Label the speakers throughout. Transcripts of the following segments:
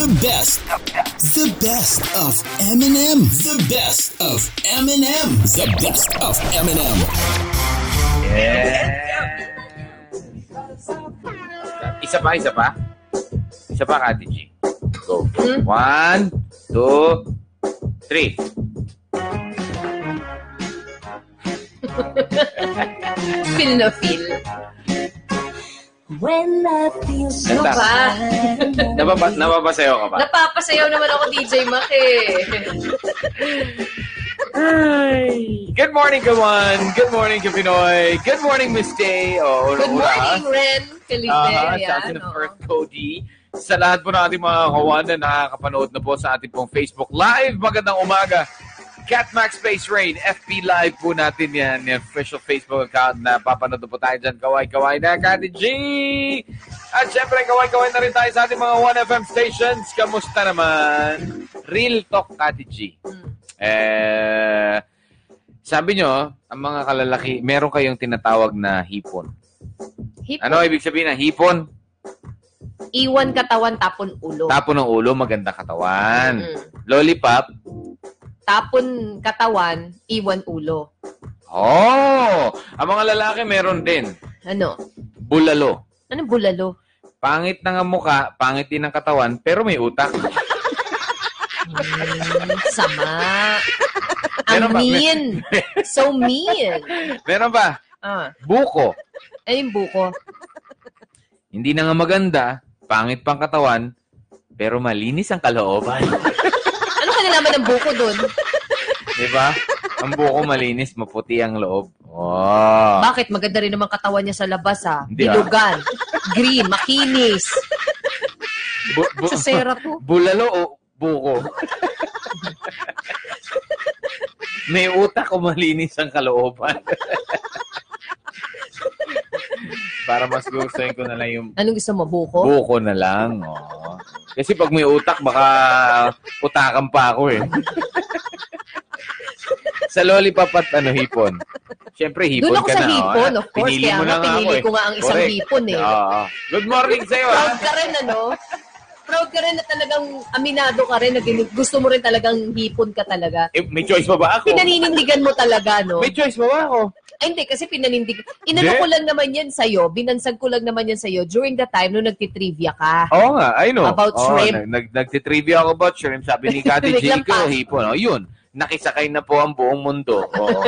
Speaker 1: The best. The best of Eminem. The best of Eminem. The best of Eminem.
Speaker 2: Isa pa, isa pa. Isa pa, Kati G. Go.
Speaker 3: Hmm?
Speaker 2: One, two, three.
Speaker 3: Feel na feel.
Speaker 4: When I feel so
Speaker 3: Ano
Speaker 2: Ganda.
Speaker 4: fine.
Speaker 2: Nababa, nababasayo ka ba?
Speaker 3: Napapasayaw naman ako, DJ Mac eh.
Speaker 2: Good morning, Kawan! Good morning, Kapinoy! Good morning, Miss Day! Oh,
Speaker 3: Good morning, Ren
Speaker 2: Uh,
Speaker 3: Felipe. oh.
Speaker 2: sa atin ng Earth Cody. Sa lahat po natin mga kawan na nakakapanood na po sa ating pong Facebook Live. Magandang umaga. Catmax Space Rain, FB Live po natin yan. Yung official Facebook account na papanood na po tayo dyan. Kaway-kaway na, Kati G! At syempre, kaway-kaway na rin tayo sa ating mga 1FM stations. Kamusta naman? Real Talk, Kati G.
Speaker 3: Hmm.
Speaker 2: Eh, sabi nyo, ang mga kalalaki, meron kayong tinatawag na hipon.
Speaker 3: Hip,
Speaker 2: Ano ibig sabihin ng hipon?
Speaker 3: Iwan katawan, tapon ulo.
Speaker 2: Tapo ng ulo, maganda katawan.
Speaker 3: Mm.
Speaker 2: Lollipop,
Speaker 3: Tapon katawan, iwan ulo.
Speaker 2: oh! Ang mga lalaki meron din.
Speaker 3: Ano?
Speaker 2: Bulalo.
Speaker 3: Anong bulalo?
Speaker 2: Pangit na nga mukha, pangit din ang katawan, pero may utak.
Speaker 3: Mm, sama.
Speaker 2: Meron
Speaker 3: Ang
Speaker 2: ba? Mer-
Speaker 3: mean. So mean.
Speaker 2: meron ba?
Speaker 3: Ah,
Speaker 2: Buko.
Speaker 3: ay yung buko.
Speaker 2: Hindi na nga maganda, pangit pang katawan, pero malinis ang kalooban.
Speaker 3: Ano kanalaman ng buko dun?
Speaker 2: Di ba? Diba? Ang buko malinis, maputi ang loob. Oh.
Speaker 3: Bakit? Maganda rin naman katawan niya sa labas, ha?
Speaker 2: Hindi, ah.
Speaker 3: Dilugan. Green. Makinis.
Speaker 2: Bu- bu-
Speaker 3: Sa sera po.
Speaker 2: Bulalo o buko? May utak o malinis ang kalooban? Para mas gustuhin ko na lang yung
Speaker 3: Anong gusto mo? Buko?
Speaker 2: buko na lang. oo. Kasi pag may utak, baka utakan pa ako eh. sa lollipop at ano, hipon. Siyempre, hipon
Speaker 3: Doon ako
Speaker 2: ka
Speaker 3: sa
Speaker 2: na. oo.
Speaker 3: hipon, of course.
Speaker 2: Pinili
Speaker 3: Kaya
Speaker 2: mo
Speaker 3: nga,
Speaker 2: na nga
Speaker 3: pinili
Speaker 2: ako,
Speaker 3: ko
Speaker 2: eh.
Speaker 3: nga ang isang
Speaker 2: Correct.
Speaker 3: hipon eh.
Speaker 2: Oo. Good morning sa'yo. ha?
Speaker 3: Proud ka rin, ano? Proud ka rin na talagang aminado ka rin na ginu- gusto mo rin talagang hipon ka talaga.
Speaker 2: Eh, may choice pa ba ako?
Speaker 3: Pinaninindigan mo talaga, no?
Speaker 2: May choice ba ba ako?
Speaker 3: Ay, hindi, kasi pinanindigan. Inano
Speaker 2: Hindi.
Speaker 3: ko lang naman yan sa'yo, binansag ko lang naman yan sa'yo during the time nung nagtitrivia ka.
Speaker 2: Oo nga, I know.
Speaker 3: About
Speaker 2: Oo,
Speaker 3: shrimp.
Speaker 2: Nag, nag, nagtitrivia ako about shrimp. Sabi ni Kati J.
Speaker 3: Biglang
Speaker 2: Ikaw,
Speaker 3: pa.
Speaker 2: hipon. O, yun. Nakisakay na po ang buong mundo. Oo.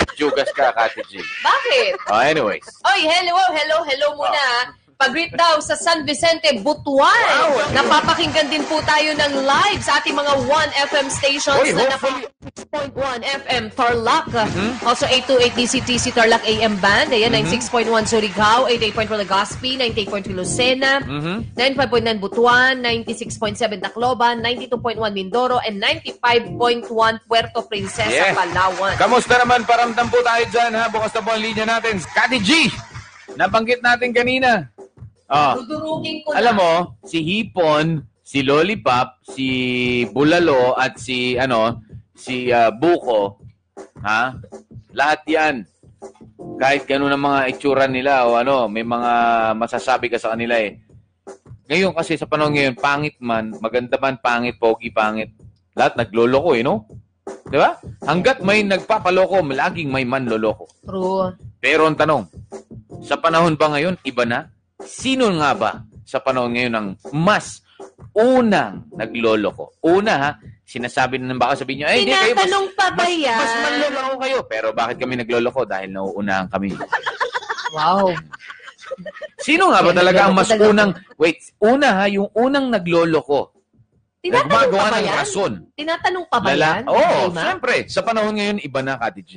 Speaker 2: Nagjugas ka, Kati J.
Speaker 3: Bakit?
Speaker 2: Oh, anyways.
Speaker 3: Oy, hello, oh, hello, hello muna. ah. Pag-greet daw sa San Vicente, Butuan.
Speaker 2: Wow.
Speaker 3: Napapakinggan din po tayo ng live sa ating mga 1FM stations
Speaker 2: Oy,
Speaker 3: na
Speaker 2: hopefully- Mm-hmm.
Speaker 3: 6.1 FM Tarlac. Also 828 DCTC Tarlac AM Band. Ayan, 96.1 Surigao, 88.1 Legazpi, 98.2 Lucena,
Speaker 2: Mm-hmm.
Speaker 3: 95.9 Butuan, 96.7 Tacloban, 92.1 Mindoro, and 95.1 Puerto Princesa,
Speaker 2: Yeah.
Speaker 3: Palawan.
Speaker 2: Kamusta naman? Paramdam po tayo dyan, ha? Bukas na po ang linya natin. Kati G! Nabanggit natin kanina. Oh.
Speaker 3: Dudurukin ko na.
Speaker 2: Alam mo, si Hipon, si Lollipop, si Bulalo, at si, ano, si ah, Buko, ha? Lahat yan. Kahit ganun ang mga itsura nila o ano, may mga masasabi ka sa kanila eh. Ngayon kasi sa panahon ngayon, pangit man, maganda man, pangit, pogi, pangit. Lahat nagloloko eh, no? Di ba? Hanggat may nagpapaloko, laging may manloloko.
Speaker 3: True.
Speaker 2: Pero ang tanong, sa panahon ba ngayon, iba na? Sino nga ba sa panahon ngayon ang mas unang nagloloko? Una ha, sinasabi na ng baka sabihin nyo, ay, hindi kayo mas,
Speaker 3: Tinatanong pa ba
Speaker 2: mas,
Speaker 3: yan?
Speaker 2: mas manloloko kayo. Pero bakit kami nagloloko? Dahil nauunahan kami.
Speaker 3: Wow.
Speaker 2: Sino nga ba
Speaker 3: Yan,
Speaker 2: talaga ang
Speaker 3: nagloloko
Speaker 2: mas
Speaker 3: talaga.
Speaker 2: unang, wait, una ha, yung unang nagloloko. na Eh,
Speaker 3: Tinatanong pa
Speaker 2: gumagawa
Speaker 3: ba
Speaker 2: ng
Speaker 3: yan?
Speaker 2: rason.
Speaker 3: Tinatanong pa ba yan?
Speaker 2: Oo, oh,
Speaker 3: Lima?
Speaker 2: siyempre. Sa panahon ngayon, iba na, Kati G.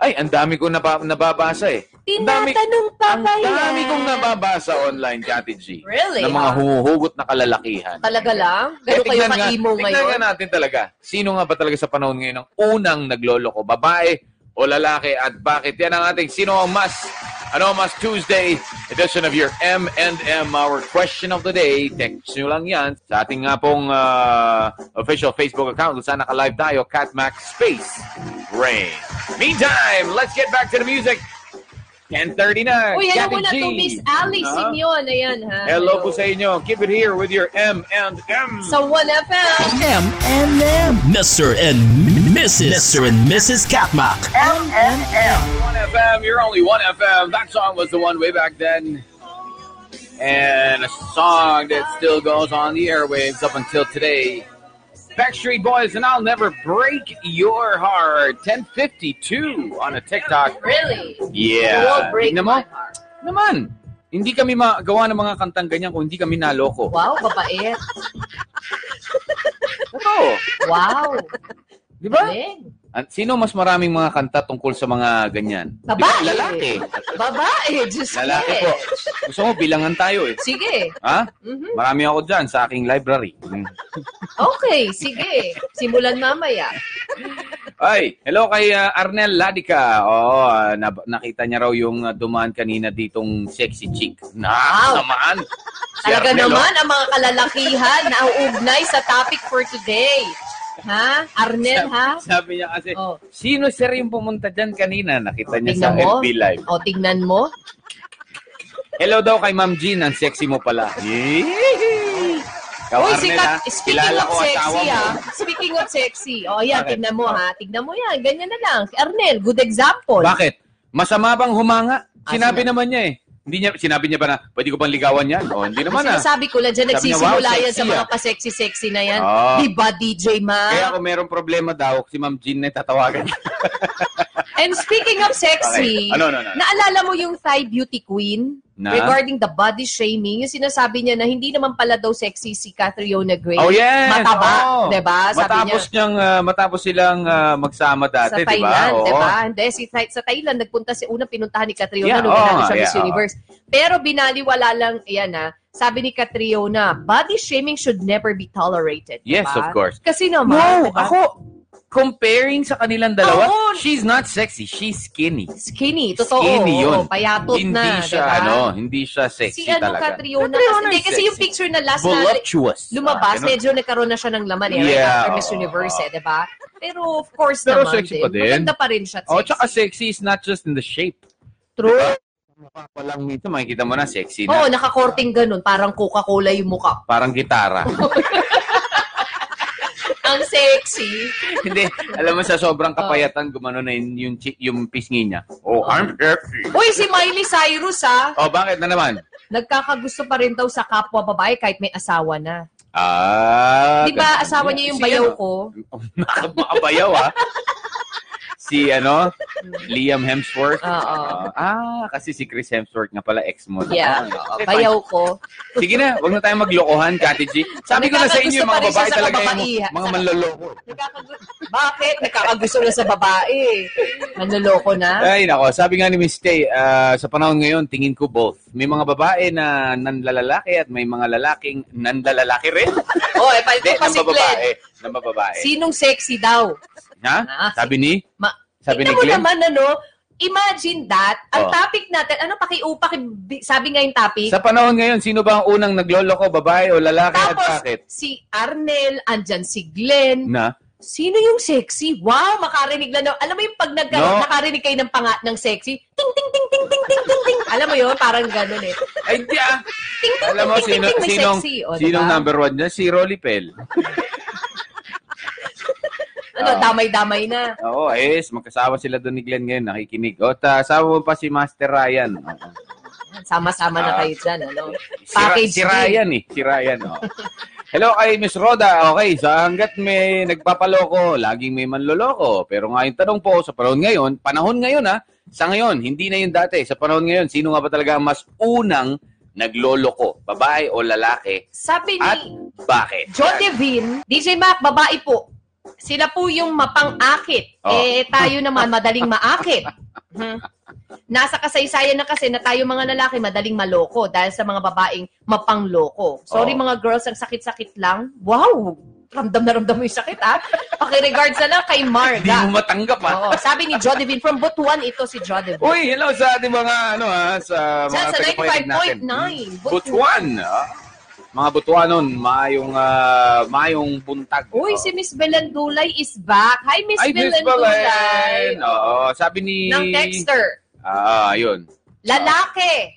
Speaker 2: Ay, ang dami kong naba- nababasa eh. Ang dami-
Speaker 3: Tinatanong pa
Speaker 2: Ang
Speaker 3: ba yan?
Speaker 2: dami kong nababasa online, Kati G.
Speaker 3: eh. Really,
Speaker 2: Ng mga
Speaker 3: ha?
Speaker 2: humuhugot na kalalakihan.
Speaker 3: Talaga lang? Ganun
Speaker 2: Eh,
Speaker 3: kayo
Speaker 2: tingnan nga-
Speaker 3: ka-emo ngayon?
Speaker 2: Tingnan nga natin talaga. Sino nga ba talaga sa panahon ngayon ang unang nagloloko? Babae o lalaki? At bakit? Yan ang ating Sino ang Mas? Ano ang Mas Tuesday edition of your M&M Our Question of the Day. Text nyo lang yan sa ating nga pong ah, official Facebook account kung saan naka-live tayo, Catmax Space Rain. Meantime, let's get back to the music. 10.30 na.
Speaker 3: Uy, hello
Speaker 2: Kati
Speaker 3: muna
Speaker 2: G.
Speaker 3: to Miss Ali
Speaker 2: Ha?
Speaker 3: Simeon. Ayan, ha?
Speaker 2: Hello po sa inyo. Keep it here with your M&M.
Speaker 3: Sa 1FM.
Speaker 1: M&M. Mr. and Mrs. Mr. and Mrs. Katmak.
Speaker 5: MNM.
Speaker 2: 1FM, you're only 1FM. That song was the one way back then. And a song that still goes on the airwaves up until today. Backstreet Boys and I'll Never Break Your Heart. 1052 on a TikTok.
Speaker 3: Really?
Speaker 2: Yeah.
Speaker 3: Won't break
Speaker 2: Tignan mo?
Speaker 3: my heart.
Speaker 2: Naman. Hindi kami magawa ng mga kantang ganyan kung hindi kami naloko.
Speaker 3: Wow, babait.
Speaker 2: Totoo.
Speaker 3: Wow.
Speaker 2: Di ba?
Speaker 3: Galing.
Speaker 2: At Sino mas maraming mga kanta tungkol sa mga ganyan? Di ba?
Speaker 3: Babae.
Speaker 2: Lalaki.
Speaker 3: Babae, Diyos ko
Speaker 2: Lalaki
Speaker 3: eh.
Speaker 2: po. Gusto mo, bilangan tayo eh.
Speaker 3: Sige.
Speaker 2: Ha?
Speaker 3: Mhm.
Speaker 2: Marami ako dyan sa aking library.
Speaker 3: Okay, sige. Simulan mamaya.
Speaker 2: Ay, hello kay ah, Arnel Ladica. Oo, ah, nab- nakita niya raw yung ah, dumaan kanina ditong sexy chick.
Speaker 3: Wow.
Speaker 2: Nakakasamaan. Si
Speaker 3: Talaga
Speaker 2: Arnel, oh.
Speaker 3: naman ang mga kalalakihan na uugnay sa topic for today. Ha? Arnel,
Speaker 2: Sabi-
Speaker 3: eh, ha?
Speaker 2: Sabi niya kasi,
Speaker 3: Oh.
Speaker 2: sino sir yung pumunta dyan kanina? Nakita niya sa
Speaker 3: Tingnan mo.
Speaker 2: FB Live.
Speaker 3: O, tingnan mo.
Speaker 2: Hello daw kay Ma'am Jean, ang sexy mo pala. Yee! Ikaw,
Speaker 3: Uy,
Speaker 2: Arnel,
Speaker 3: sikat.
Speaker 2: ha?
Speaker 3: Speaking
Speaker 2: Kilala
Speaker 3: of
Speaker 2: ko asawa
Speaker 3: sexy, ah.
Speaker 2: mo.
Speaker 3: ha? Speaking of sexy. O,
Speaker 2: Bakit?
Speaker 3: yan,
Speaker 2: Ah.
Speaker 3: tingnan mo, ha? Tingnan mo yan. Ganyan na lang. Arnel, good example.
Speaker 2: Bakit? Masama bang humanga?
Speaker 3: Ah,
Speaker 2: Sinabi
Speaker 3: sinabi.
Speaker 2: naman niya eh. Hindi niya, sinabi niya ba na, pwede ko bang ligawan yan? O, hindi naman ah.
Speaker 3: Sinasabi ko lang dyan,
Speaker 2: Sabi niya,
Speaker 3: nagsisimula
Speaker 2: wow,
Speaker 3: yan sa
Speaker 2: sexy,
Speaker 3: mga
Speaker 2: ah.
Speaker 3: pa-sexy-sexy na yan.
Speaker 2: Ah.
Speaker 3: Di ba, DJ Ma?
Speaker 2: Kaya kung merong problema daw, si Ma'am Jean na tatawagan.
Speaker 3: And speaking of sexy,
Speaker 2: Okay. Ano, ano, ano?
Speaker 3: naalala mo yung Thai beauty queen?
Speaker 2: Na?
Speaker 3: Regarding the body shaming, yung sinasabi niya na hindi naman pala daw sexy si Catriona Gray.
Speaker 2: oh, yes!
Speaker 3: Mataba,
Speaker 2: Oo.
Speaker 3: di ba? Sabi
Speaker 2: matapos
Speaker 3: niya.
Speaker 2: niyang, ah, matapos silang ah, magsama
Speaker 3: Sa
Speaker 2: dati, di ba?
Speaker 3: Thailand, diba?
Speaker 2: Oo.
Speaker 3: di ba? Hindi, si Thai- sa Thailand, nagpunta si unang pinuntahan ni Catriona
Speaker 2: Yeah,
Speaker 3: nung
Speaker 2: oo
Speaker 3: nanalo
Speaker 2: nga,
Speaker 3: siya Miss
Speaker 2: yeah, oo.
Speaker 3: Universe. Pero binaliwala lang, yan ah, sabi ni Catriona, body shaming should never be tolerated. di
Speaker 2: Yes,
Speaker 3: ba?
Speaker 2: of course.
Speaker 3: Kasi naman, diba?
Speaker 2: No,
Speaker 3: di ba?
Speaker 2: ako, comparing sa kanilang dalawa,
Speaker 3: Oo.
Speaker 2: she's not sexy, she's skinny.
Speaker 3: skinny, totoo.
Speaker 2: Skinny yun.
Speaker 3: Oo, payatot
Speaker 2: hindi
Speaker 3: na, diba?
Speaker 2: siya,
Speaker 3: di ba?
Speaker 2: ano, hindi siya sexy
Speaker 3: si ano
Speaker 2: talaga.
Speaker 3: Catriona.
Speaker 2: Catriona
Speaker 3: kasi, hindi,
Speaker 2: is
Speaker 3: kasi yung
Speaker 2: sexy.
Speaker 3: picture na last na
Speaker 2: Voluptuous.
Speaker 3: lumabas,
Speaker 2: Ah, ganun.
Speaker 3: medyo nagkaroon na siya ng laman eh, right
Speaker 2: Yeah,
Speaker 3: after Miss
Speaker 2: oo,
Speaker 3: Universe
Speaker 2: oo.
Speaker 3: eh, di ba? Pero of course
Speaker 2: Pero
Speaker 3: naman
Speaker 2: sexy pa din.
Speaker 3: Maganda pa rin siya. at
Speaker 2: Oh,
Speaker 3: eh, sexy.
Speaker 2: tsaka sexy is not just in the shape.
Speaker 3: True.
Speaker 2: Diba? Mukha pa lang dito, makikita mo na sexy
Speaker 3: Oo,
Speaker 2: na.
Speaker 3: nakakorting ganun. Parang Coca-Cola yung mukha.
Speaker 2: Parang gitara.
Speaker 3: Ang sexy.
Speaker 2: Hindi, alam mo sa sobrang
Speaker 3: Ah.
Speaker 2: kapayatan, gumano na yun, yung, chi- yung pisngi niya. Oh, I'm sexy.
Speaker 3: Uy, si Miley Cyrus ah.
Speaker 2: Oh, bakit na naman?
Speaker 3: Nagkakagusto pa rin daw sa kapwa babae kahit may asawa na.
Speaker 2: Ah. ano?
Speaker 3: Di ba asawa niya yung bayaw ko?
Speaker 2: Nakabayaw ah. Si ano, Liam Hemsworth.
Speaker 3: Oo.
Speaker 2: ah, kasi si Chris Hemsworth nga pala ex mo. Ah,
Speaker 3: Yeah. oo,
Speaker 2: okay, fine.
Speaker 3: bayaw ko.
Speaker 2: Sige na, wag na tayong maglokohan, Kati G. Sabi ko na sa inyo, yung mga babae
Speaker 3: Nagkakagusto pa rin siya sa
Speaker 2: talaga yung
Speaker 3: kababaihan.
Speaker 2: mga
Speaker 3: Sa-
Speaker 2: manloloko.
Speaker 3: Nagkakagusto. Bakit? Nagkakagusto na sa babae. Manloloko na?
Speaker 2: Ay, nako. Sabi nga ni Miss Tay, ah, sa panahon ngayon, tingin ko both. May mga babae na nanlalalaki at may mga lalaking nanlalalaki rin.
Speaker 3: Oh, eh, pa,
Speaker 2: Hindi,
Speaker 3: ito pa si Glenn.
Speaker 2: nambababae. Nambababae.
Speaker 3: Sinong sexy daw?
Speaker 2: Ha?
Speaker 3: Ah,
Speaker 2: Sabi ni?
Speaker 3: Ma
Speaker 2: Sabi ni
Speaker 3: Tingnan mo
Speaker 2: Glenn?
Speaker 3: naman, ano, imagine that, ang
Speaker 2: Oh.
Speaker 3: topic natin, ano, pakiupa, sabi nga yung topic,
Speaker 2: Sa panahon ngayon, sino ba ang unang nagloloko, babae o lalaki
Speaker 3: tapos,
Speaker 2: at bakit?
Speaker 3: si Arnel, andyan si Glenn,
Speaker 2: Na?
Speaker 3: sino yung sexy? Wow, makarinig na, na- alam mo yung pag nagkaroon,
Speaker 2: No.
Speaker 3: nakarinig kayo ng panga, ng sexy, ting, ting, ting, ting, ting, ting, ting, ting, alam mo yun, parang ganun eh,
Speaker 2: Ay, di ah.
Speaker 3: ting, ting,
Speaker 2: Alam mo,
Speaker 3: ting, ting, ting,
Speaker 2: sino,
Speaker 3: ting, may
Speaker 2: sinong,
Speaker 3: sexy. O,
Speaker 2: sinong
Speaker 3: diba?
Speaker 2: number one niya? Si Rolly Pell.
Speaker 3: Ano,
Speaker 2: Ah.
Speaker 3: damay-damay na.
Speaker 2: Oo, yes. Magkasawa sila doon ni Glenn ngayon. Nakikinig. O, ta, asawa mo pa si Master Ryan. Oo.
Speaker 3: Sama-sama na
Speaker 2: Ah.
Speaker 3: kayo dyan, ano.
Speaker 2: Si, Ra-
Speaker 3: Package
Speaker 2: si
Speaker 3: deal.
Speaker 2: Ryan eh. Si Ryan, oh. Hello kay Miss Roda. Okay, so hanggat may nagpapaloko, laging may manloloko. Pero nga yung tanong po, sa panahon ngayon, panahon ngayon ha, sa ngayon, hindi na yung dati. Sa panahon ngayon, sino nga ba talaga ang mas unang nagloloko? Babae o lalaki?
Speaker 3: Sabi ni
Speaker 2: At bakit?
Speaker 3: John Devine, DJ Mac, babae po. Sila po yung mapang-akit.
Speaker 2: Oh.
Speaker 3: Eh, tayo naman madaling maakit. Hmm. Nasa kasaysayan na kasi na tayo mga lalaki madaling maloko dahil sa mga babaeng mapangloko. Sorry
Speaker 2: Oh.
Speaker 3: mga girls, ang sakit-sakit lang. Wow! Ramdam na ramdam mo yung sakit, ha? Okay, regards na lang kay
Speaker 2: Hindi mo
Speaker 3: Marga.
Speaker 2: matanggap, ha?
Speaker 3: Oo, sabi ni Jodevin, from Butuan ito si Jodevin.
Speaker 2: Uy, hello sa ating mga, ano ha, sa mga
Speaker 3: Diyan sa
Speaker 2: tagapakinig natin. Hmm.
Speaker 3: 95.9,
Speaker 2: Butuan. ah. Mga Butuanon, maayong, ah, maayong buntag.
Speaker 3: Uy,
Speaker 2: Oh.
Speaker 3: si Miss Belen Dulay is back. Hi, Miss
Speaker 2: Ay, Miss
Speaker 3: Belen Dulay.
Speaker 2: Balen. Oo, sabi ni...
Speaker 3: Ng texter.
Speaker 2: Ah, yun. Ah.
Speaker 3: Lalaki.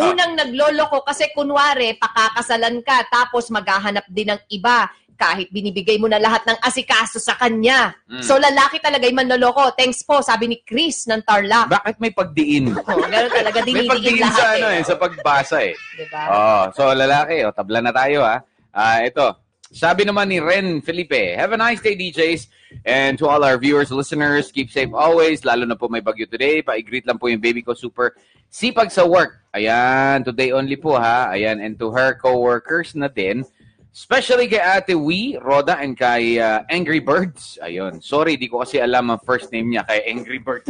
Speaker 3: Unang nagloloko kasi kunwari, pakakasalan ka, tapos maghahanap din ng iba kahit binibigay mo na lahat ng asikaso sa kanya.
Speaker 2: Mm.
Speaker 3: So lalaki talaga yung manloloko. Thanks po, sabi ni Chris ng Tarlac.
Speaker 2: Bakit may pagdiin?
Speaker 3: Oh, ganun talaga,
Speaker 2: may
Speaker 3: dinidigin
Speaker 2: pagdiin
Speaker 3: lahat
Speaker 2: sa,
Speaker 3: eh.
Speaker 2: ano, eh, sa pagbasa eh.
Speaker 3: Diba?
Speaker 2: Oh, so lalaki, o tabla na tayo ha. Ah, ito. Sabi naman ni Ren Felipe, Have a nice day, DJs. And to all our viewers, listeners, keep safe always. Lalo na po may bagyo today. Paigreet lang po yung baby ko, super sipag sa work. Ayan, today only po ha. Ayan, and to her co-workers na din. Especially kay Ate Wee, Roda, and kay ah, Angry Birds. Ayun. Sorry, di ko kasi alam ang first name niya kay Angry Birds.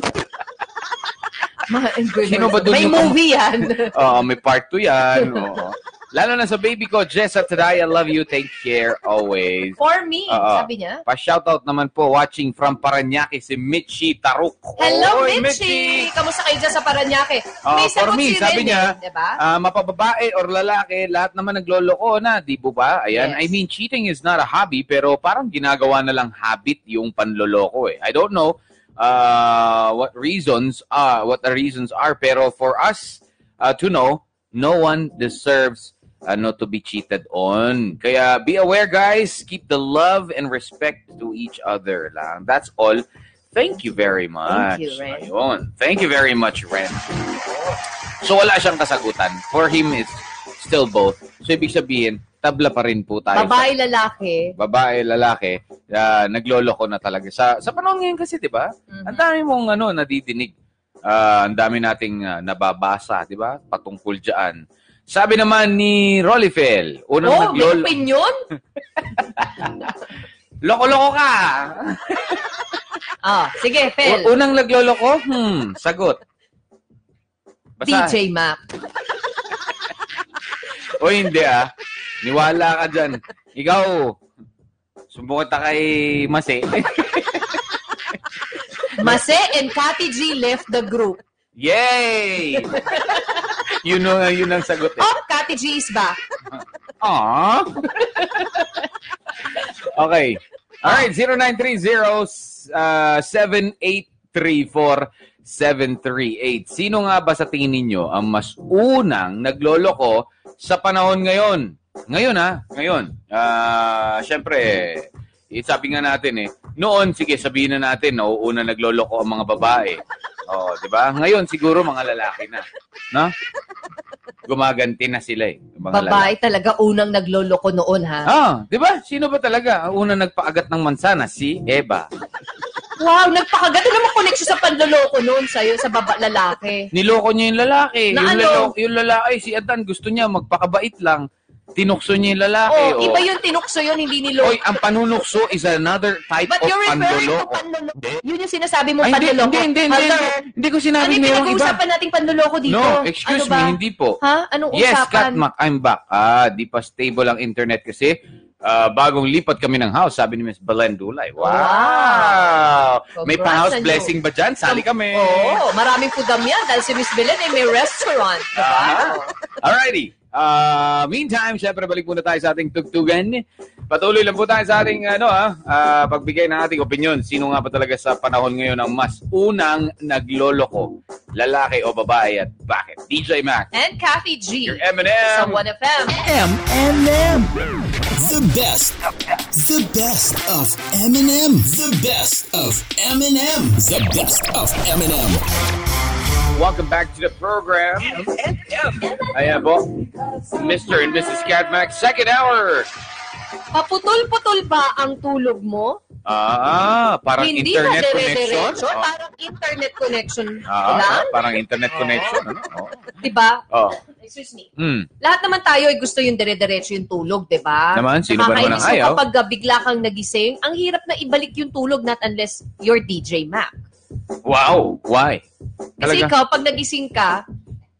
Speaker 3: Ma-
Speaker 2: Sino ba dun
Speaker 3: May
Speaker 2: yung-
Speaker 3: movie yan.
Speaker 2: Oo, may part 2 yan. Oo. Lalo na sa baby ko, Jess at Taday, I love you. Take care always.
Speaker 3: For me,
Speaker 2: Oo.
Speaker 3: sabi niya.
Speaker 2: Pa-shoutout naman po, watching from Paranaque, si Mitchie Taruk.
Speaker 3: Hello,
Speaker 2: Oy,
Speaker 3: Mitchie! Kamusta kayo dyan sa Paranaque?
Speaker 2: Ah,
Speaker 3: May
Speaker 2: for
Speaker 3: sagot
Speaker 2: me,
Speaker 3: si
Speaker 2: sabi
Speaker 3: Ren
Speaker 2: niya,
Speaker 3: eh, diba?
Speaker 2: Ah, mapababae or lalaki, lahat naman nagloloko na, di po ba? Ayan,
Speaker 3: Yes.
Speaker 2: I mean, cheating is not a hobby, pero parang ginagawa na lang habit yung panloloko eh. I don't know uh, what reasons are, what the reasons are, pero for us uh, to know, no one deserves ano to be cheated on. Kaya be aware guys, keep the love and respect to each other lang. That's all. Thank you very much.
Speaker 3: you, Ren.
Speaker 2: Ayun. Thank you very much, Ren. So wala siyang kasagutan. For him, it's still both. So ibig sabihin, tabla pa rin po tayo.
Speaker 3: Babae, lalaki.
Speaker 2: Babae, lalaki, ah, nagloloko na talaga. Sa, sa panahon ngayon kasi, di ba?
Speaker 3: Mhm.
Speaker 2: Ang dami mong ano, nadidinig. Ah, ang dami nating ah, nababasa, di ba? Patungkol dyan. Sabi naman ni Rolifel, unang
Speaker 3: Oh, may
Speaker 2: naglolo...
Speaker 3: opinion?
Speaker 2: Loko-loko ka!
Speaker 3: Ah, sige, Fel.
Speaker 2: U- unang nagloloko? Hmm, sagot. Basahin.
Speaker 3: DJ Mac.
Speaker 2: O hindi ah. Niwala ka dyan. Ikaw, sumbong kita kay Mase.
Speaker 3: Mase and Kati G left the group.
Speaker 2: Yay! yun, ang, yun ang sagot eh.
Speaker 3: Oh, Kati G is back.
Speaker 2: Aww. okay. Alright, 0930-7834-738. Sino nga ba sa tingin ninyo ang mas unang nagloloko sa panahon ngayon? Ngayon ha, ngayon. Ah, syempre, eh, sabi nga natin eh, noon, sige, sabihin na natin, nauuna nagloloko ang mga babae. Oo, di ba? Ngayon, siguro mga lalaki na. No? Gumaganti na sila eh. Mga lalaki.
Speaker 3: Babae talaga unang nagloloko noon, ha?
Speaker 2: Ah, 'di ba? Sino ba talaga ang unang nagpaagat ng mansana? Si Eva.
Speaker 3: Wow, nagpakagat. Ano mo connection sa panloloko noon sa'yo, sa baba lalaki?
Speaker 2: Niloko niya yung lalaki.
Speaker 3: Na
Speaker 2: yung,
Speaker 3: ano?
Speaker 2: lalo- yung lalaki, si Adan, gusto niya magpakabait lang. Tinukso niya yung lalaki.
Speaker 3: Oh,
Speaker 2: oh.
Speaker 3: iba yung tinukso yun, hindi niloko.
Speaker 2: Oy, ang panunukso is another type
Speaker 3: But
Speaker 2: of
Speaker 3: you're referring to
Speaker 2: panloloko.
Speaker 3: panloloko. Yun yung sinasabi mong
Speaker 2: Ay, hindi,
Speaker 3: panloloko.
Speaker 2: hindi, hindi, hindi,
Speaker 3: Alter,
Speaker 2: hindi, hindi ko
Speaker 3: Ano
Speaker 2: sinabi
Speaker 3: yung
Speaker 2: niyo yung iba.
Speaker 3: pinag-uusapan nating panloloko dito?
Speaker 2: No, excuse
Speaker 3: ano ba?
Speaker 2: me, hindi po.
Speaker 3: Ha? Anong
Speaker 2: yes,
Speaker 3: usapan?
Speaker 2: Katmak, I'm back. Ah, di pa stable ang internet kasi ah, bagong lipat kami ng house, sabi ni Miss Belen Dulay. Wow!
Speaker 3: Wow.
Speaker 2: May
Speaker 3: Congrats
Speaker 2: pa-house
Speaker 3: sa inyo.
Speaker 2: blessing ba dyan? Sali kami!
Speaker 3: Oo, maraming pudam yan dahil si Miss Belen ay may restaurant. Diba?
Speaker 2: Ah.
Speaker 3: Oo.
Speaker 2: Alrighty. Uh, meantime, syempre balik muna tayo sa ating tugtugan. Patuloy lang po tayo sa ating ano, ah, ah, pagbigay ng ating opinion. Sino nga ba talaga sa panahon ngayon ang mas unang nagloloko? Lalaki o babae at bakit? DJ Mac,
Speaker 3: And Kathy G.
Speaker 2: your
Speaker 3: Sa
Speaker 2: M&M.
Speaker 3: 1FM.
Speaker 1: M&M. The best. The best of Eminem. The best of Eminem. The best of Eminem.
Speaker 2: Welcome back to the program. oh, Ayan po, Mr. and Mrs. Cadmac, second hour.
Speaker 3: Paputol-putol ba ang tulog mo?
Speaker 2: Ah, parang
Speaker 3: Hindi
Speaker 2: internet
Speaker 3: na
Speaker 2: connection.
Speaker 3: dire-diretso.
Speaker 2: Oh.
Speaker 3: Parang internet connection
Speaker 2: Ah,
Speaker 3: lang.
Speaker 2: parang internet connection. Ano? Oo.
Speaker 3: Diba?
Speaker 2: Oh.
Speaker 3: Excuse me.
Speaker 2: Hmm.
Speaker 3: Lahat naman tayo ay gusto yung dire-diretso yung tulog, di ba?
Speaker 2: Naman, sino ba naman ang
Speaker 3: Nakakainis yung
Speaker 2: ayaw?
Speaker 3: Kapag ah, bigla kang nagising, ang hirap na ibalik yung tulog not unless you're DJ Mac.
Speaker 2: Wow, why?
Speaker 3: Kasi
Speaker 2: Talaga?
Speaker 3: ikaw, pag nagising ka,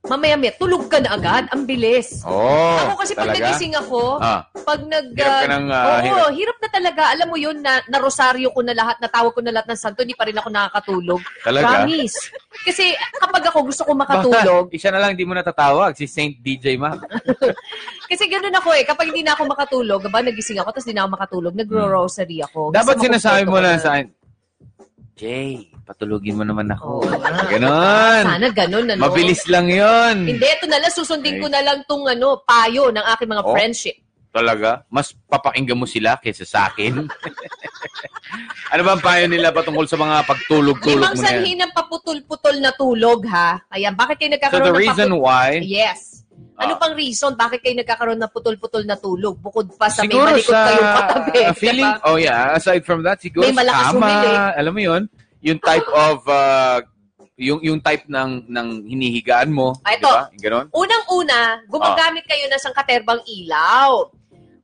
Speaker 3: mamaya may tulog ka na agad. Ang bilis.
Speaker 2: Oh,
Speaker 3: ako kasi pag
Speaker 2: talaga?
Speaker 3: nagising ako,
Speaker 2: Ah.
Speaker 3: pag nag...
Speaker 2: Hirap ka ng, ah,
Speaker 3: oo,
Speaker 2: hirap.
Speaker 3: hirap. na talaga. Alam mo yun, na, na rosaryo ko na lahat, natawag ko na lahat ng santo, hindi pa rin ako nakakatulog.
Speaker 2: Talaga?
Speaker 3: Promise. Kasi kapag ako gusto ko makatulog,
Speaker 2: Baka, isa na lang, di mo natatawag. Si Saint DJ Mac.
Speaker 3: kasi ganun ako eh, kapag hindi na ako makatulog, ba, nagising ako, tapos hindi na ako makatulog, nagro-rosary ako.
Speaker 2: Dapat
Speaker 3: Gusto
Speaker 2: sinasabi mo lang
Speaker 3: makomfortable.
Speaker 2: sa akin, Jay, patulugin mo naman ako.
Speaker 3: Oo.
Speaker 2: Ganon.
Speaker 3: Sana ganun, ano?
Speaker 2: Mabilis lang yon.
Speaker 3: Hindi, ito na lang, susundin ko na lang tong ano, payo ng aking mga
Speaker 2: Oh.
Speaker 3: friendship.
Speaker 2: Talaga? Mas papakinggan mo sila kaysa sa akin. ano ba ang payo nila patungkol sa mga pagtulog-tulog
Speaker 3: Limang
Speaker 2: mo na yan?
Speaker 3: sanhi ng paputol-putol na tulog, ha? Ayan, bakit kayo
Speaker 2: So
Speaker 3: nagkakaroon
Speaker 2: the
Speaker 3: ng
Speaker 2: reason
Speaker 3: paput-
Speaker 2: why,
Speaker 3: Yes.
Speaker 2: Eh. Ah.
Speaker 3: Ano pang reason bakit kayo nagkakaroon ng putol-putol na tulog? Bukod pa sa may
Speaker 2: siguro
Speaker 3: malikot
Speaker 2: sa
Speaker 3: kayong katabi.
Speaker 2: feeling,
Speaker 3: diba?
Speaker 2: oh yeah, aside from that, siguro
Speaker 3: May
Speaker 2: sa
Speaker 3: malakas
Speaker 2: kama,
Speaker 3: humilik.
Speaker 2: alam mo yon yung type of, uh, yung, yung type ng, ng hinihigaan mo.
Speaker 3: Ah,
Speaker 2: di
Speaker 3: ito.
Speaker 2: ba? Ganon.
Speaker 3: Unang-una, gumagamit kayo ng sangkaterbang ilaw.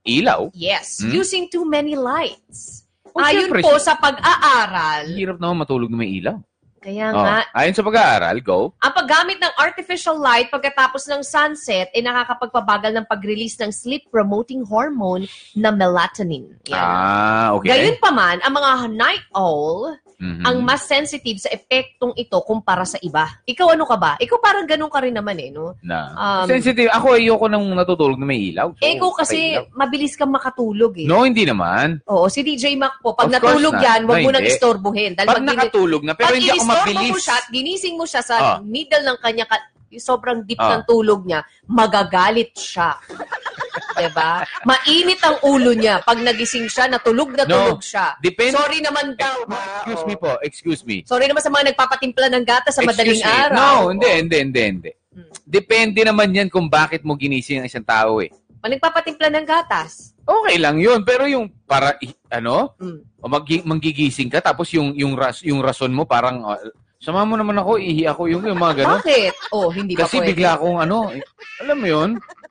Speaker 2: Ilaw.
Speaker 3: Yes.
Speaker 2: Hmm?
Speaker 3: Using too many lights.
Speaker 2: Oh,
Speaker 3: Ayon
Speaker 2: syempre,
Speaker 3: po
Speaker 2: si-
Speaker 3: sa pag-aaral.
Speaker 2: Hirap naman matulog na may ilaw.
Speaker 3: Kaya
Speaker 2: Oh,
Speaker 3: nga,
Speaker 2: Ayon sa pag-aaral, go.
Speaker 3: Ang paggamit ng artificial light pagkatapos ng sunset ay nakakapagpabagal ng pag-release ng sleep-promoting hormone na melatonin. Yan.
Speaker 2: Ah, okay.
Speaker 3: Gayun pa man, ang mga night owl
Speaker 2: Mhm.
Speaker 3: ang mas sensitive sa epektong ito kumpara sa iba. Ikaw ano ka ba? Ikaw parang ganun ka rin naman eh, no?
Speaker 2: na.
Speaker 3: um,
Speaker 2: Sensitive. Ako, ayoko nang natutulog na may ilaw. So,
Speaker 3: eh, ikaw kasi
Speaker 2: pailaw.
Speaker 3: mabilis kang makatulog eh.
Speaker 2: No, hindi naman.
Speaker 3: Oo, si DJ Mac po, pag
Speaker 2: Of course
Speaker 3: natulog
Speaker 2: na.
Speaker 3: yan, wag
Speaker 2: No,
Speaker 3: mo nang
Speaker 2: hindi.
Speaker 3: istorbohin. Dahil
Speaker 2: Pag
Speaker 3: pag gini-
Speaker 2: nakatulog na, pero
Speaker 3: Pag
Speaker 2: hindi ako
Speaker 3: inistorbo
Speaker 2: mabilis.
Speaker 3: mo siya at ginising mo siya sa
Speaker 2: Ah.
Speaker 3: middle ng kanya, ka- yung sobrang deep
Speaker 2: Ah.
Speaker 3: ng tulog niya, magagalit siya. 'Di ba? Mainit ang ulo niya. Pag nagising siya, natulog na
Speaker 2: No.
Speaker 3: tulog siya.
Speaker 2: Depende-
Speaker 3: Sorry naman daw.
Speaker 2: Eh,
Speaker 3: ha?
Speaker 2: Excuse
Speaker 3: Oo.
Speaker 2: me po, excuse me.
Speaker 3: Sorry naman sa mga nagpapatimpla ng gata sa
Speaker 2: Excuse
Speaker 3: madaling
Speaker 2: me.
Speaker 3: araw.
Speaker 2: No, hindi, hindi, hindi, hindi.
Speaker 3: Hmm.
Speaker 2: Depende naman yan kung bakit mo ginising ang isang tao eh.
Speaker 3: Pag nagpapatimpla ng gatas.
Speaker 2: Okay lang yun, pero yung para, i- ano,
Speaker 3: Mm.
Speaker 2: o maggi- manggigising ka, tapos yung, yung, ras, yung rason mo parang, ah, sama mo naman ako, ihi ako, yung, yung mga ganun.
Speaker 3: Bakit? Oh, hindi ba
Speaker 2: Kasi
Speaker 3: pwede?
Speaker 2: bigla akong ano, eh, alam mo yun?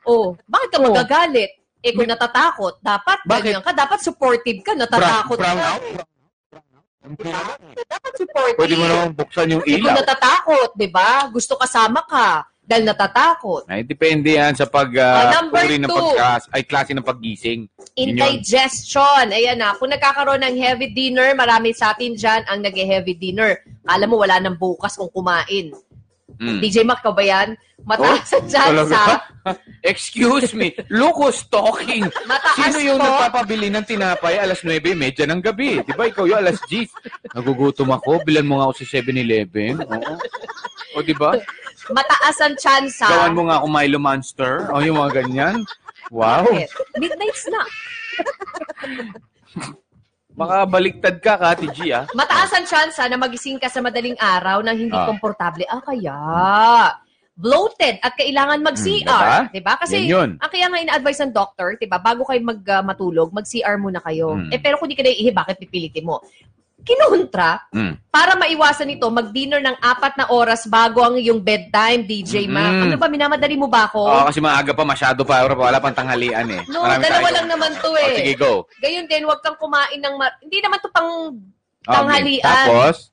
Speaker 3: Oh, bakit ka
Speaker 2: Oh.
Speaker 3: magagalit? Eh kung natatakot, dapat
Speaker 2: Bakit?
Speaker 3: ganyan ka. Dapat supportive ka. Natatakot
Speaker 2: Brown-
Speaker 3: ka.
Speaker 2: brown
Speaker 3: Dapat supportive.
Speaker 2: Pwede mo naman buksan yung
Speaker 3: Hindi ko
Speaker 2: ilaw.
Speaker 3: natatakot, di ba? Gusto kasama ka dahil natatakot.
Speaker 2: Ay, depende yan sa pag
Speaker 3: Ah,
Speaker 2: ah,
Speaker 3: number
Speaker 2: uri ng
Speaker 3: two.
Speaker 2: pagkas ay klase ng paggising. Yun yun.
Speaker 3: Indigestion. Ayan na. Kung nagkakaroon ng heavy dinner, marami sa atin dyan ang nag-heavy dinner. Kala mo wala nang bukas kung kumain.
Speaker 2: Mm.
Speaker 3: DJ Mac ka ba yan? Mataas ang chance
Speaker 2: Oh, Talaga?
Speaker 3: ha?
Speaker 2: Excuse me. Look who's talking.
Speaker 3: Mataas
Speaker 2: Sino yung
Speaker 3: po.
Speaker 2: nagpapabili ng tinapay alas 9, medya ng gabi? Di ba ikaw yung alas 10? Nagugutom ako. Bilan mo nga ako sa 7-Eleven. Oo. O di ba?
Speaker 3: Mataas ang chance ha?
Speaker 2: Gawan mo nga ako Milo Monster. O yung mga ganyan. Wow.
Speaker 3: Bakit? Midnight snack.
Speaker 2: Makabaliktad ka, Kati G, ah.
Speaker 3: Mataas ang chance ha, na magising ka sa madaling araw nang hindi
Speaker 2: Ah.
Speaker 3: komportable. Ah, kaya bloated at kailangan
Speaker 2: diba?
Speaker 3: mag-CR, 'di ba?
Speaker 2: Yun
Speaker 3: Kasi
Speaker 2: yun.
Speaker 3: ang kaya nga ina-advise ng doctor, 'di ba, bago kayo mag ah, matulog, mag-CR muna kayo.
Speaker 2: Mm.
Speaker 3: Eh pero kung di ka naiihi, bakit pipilitin mo? Kinuntra,
Speaker 2: Mm.
Speaker 3: para maiwasan ito, mag-dinner ng apat na oras bago ang iyong bedtime, DJ
Speaker 2: Mm.
Speaker 3: Mac. Ano ba, minamadali mo ba ako?
Speaker 2: Oo, kasi maaga pa masyado pa. Wala pang tanghalian eh.
Speaker 3: No,
Speaker 2: Marami
Speaker 3: dalawa
Speaker 2: tayo.
Speaker 3: lang naman to
Speaker 2: O,
Speaker 3: eh.
Speaker 2: sige, go.
Speaker 3: Gayon din, huwag kang kumain ng... ma- hindi naman to pang
Speaker 2: Ah, Okay.
Speaker 3: Tanghalian.
Speaker 2: Oh, Tapos,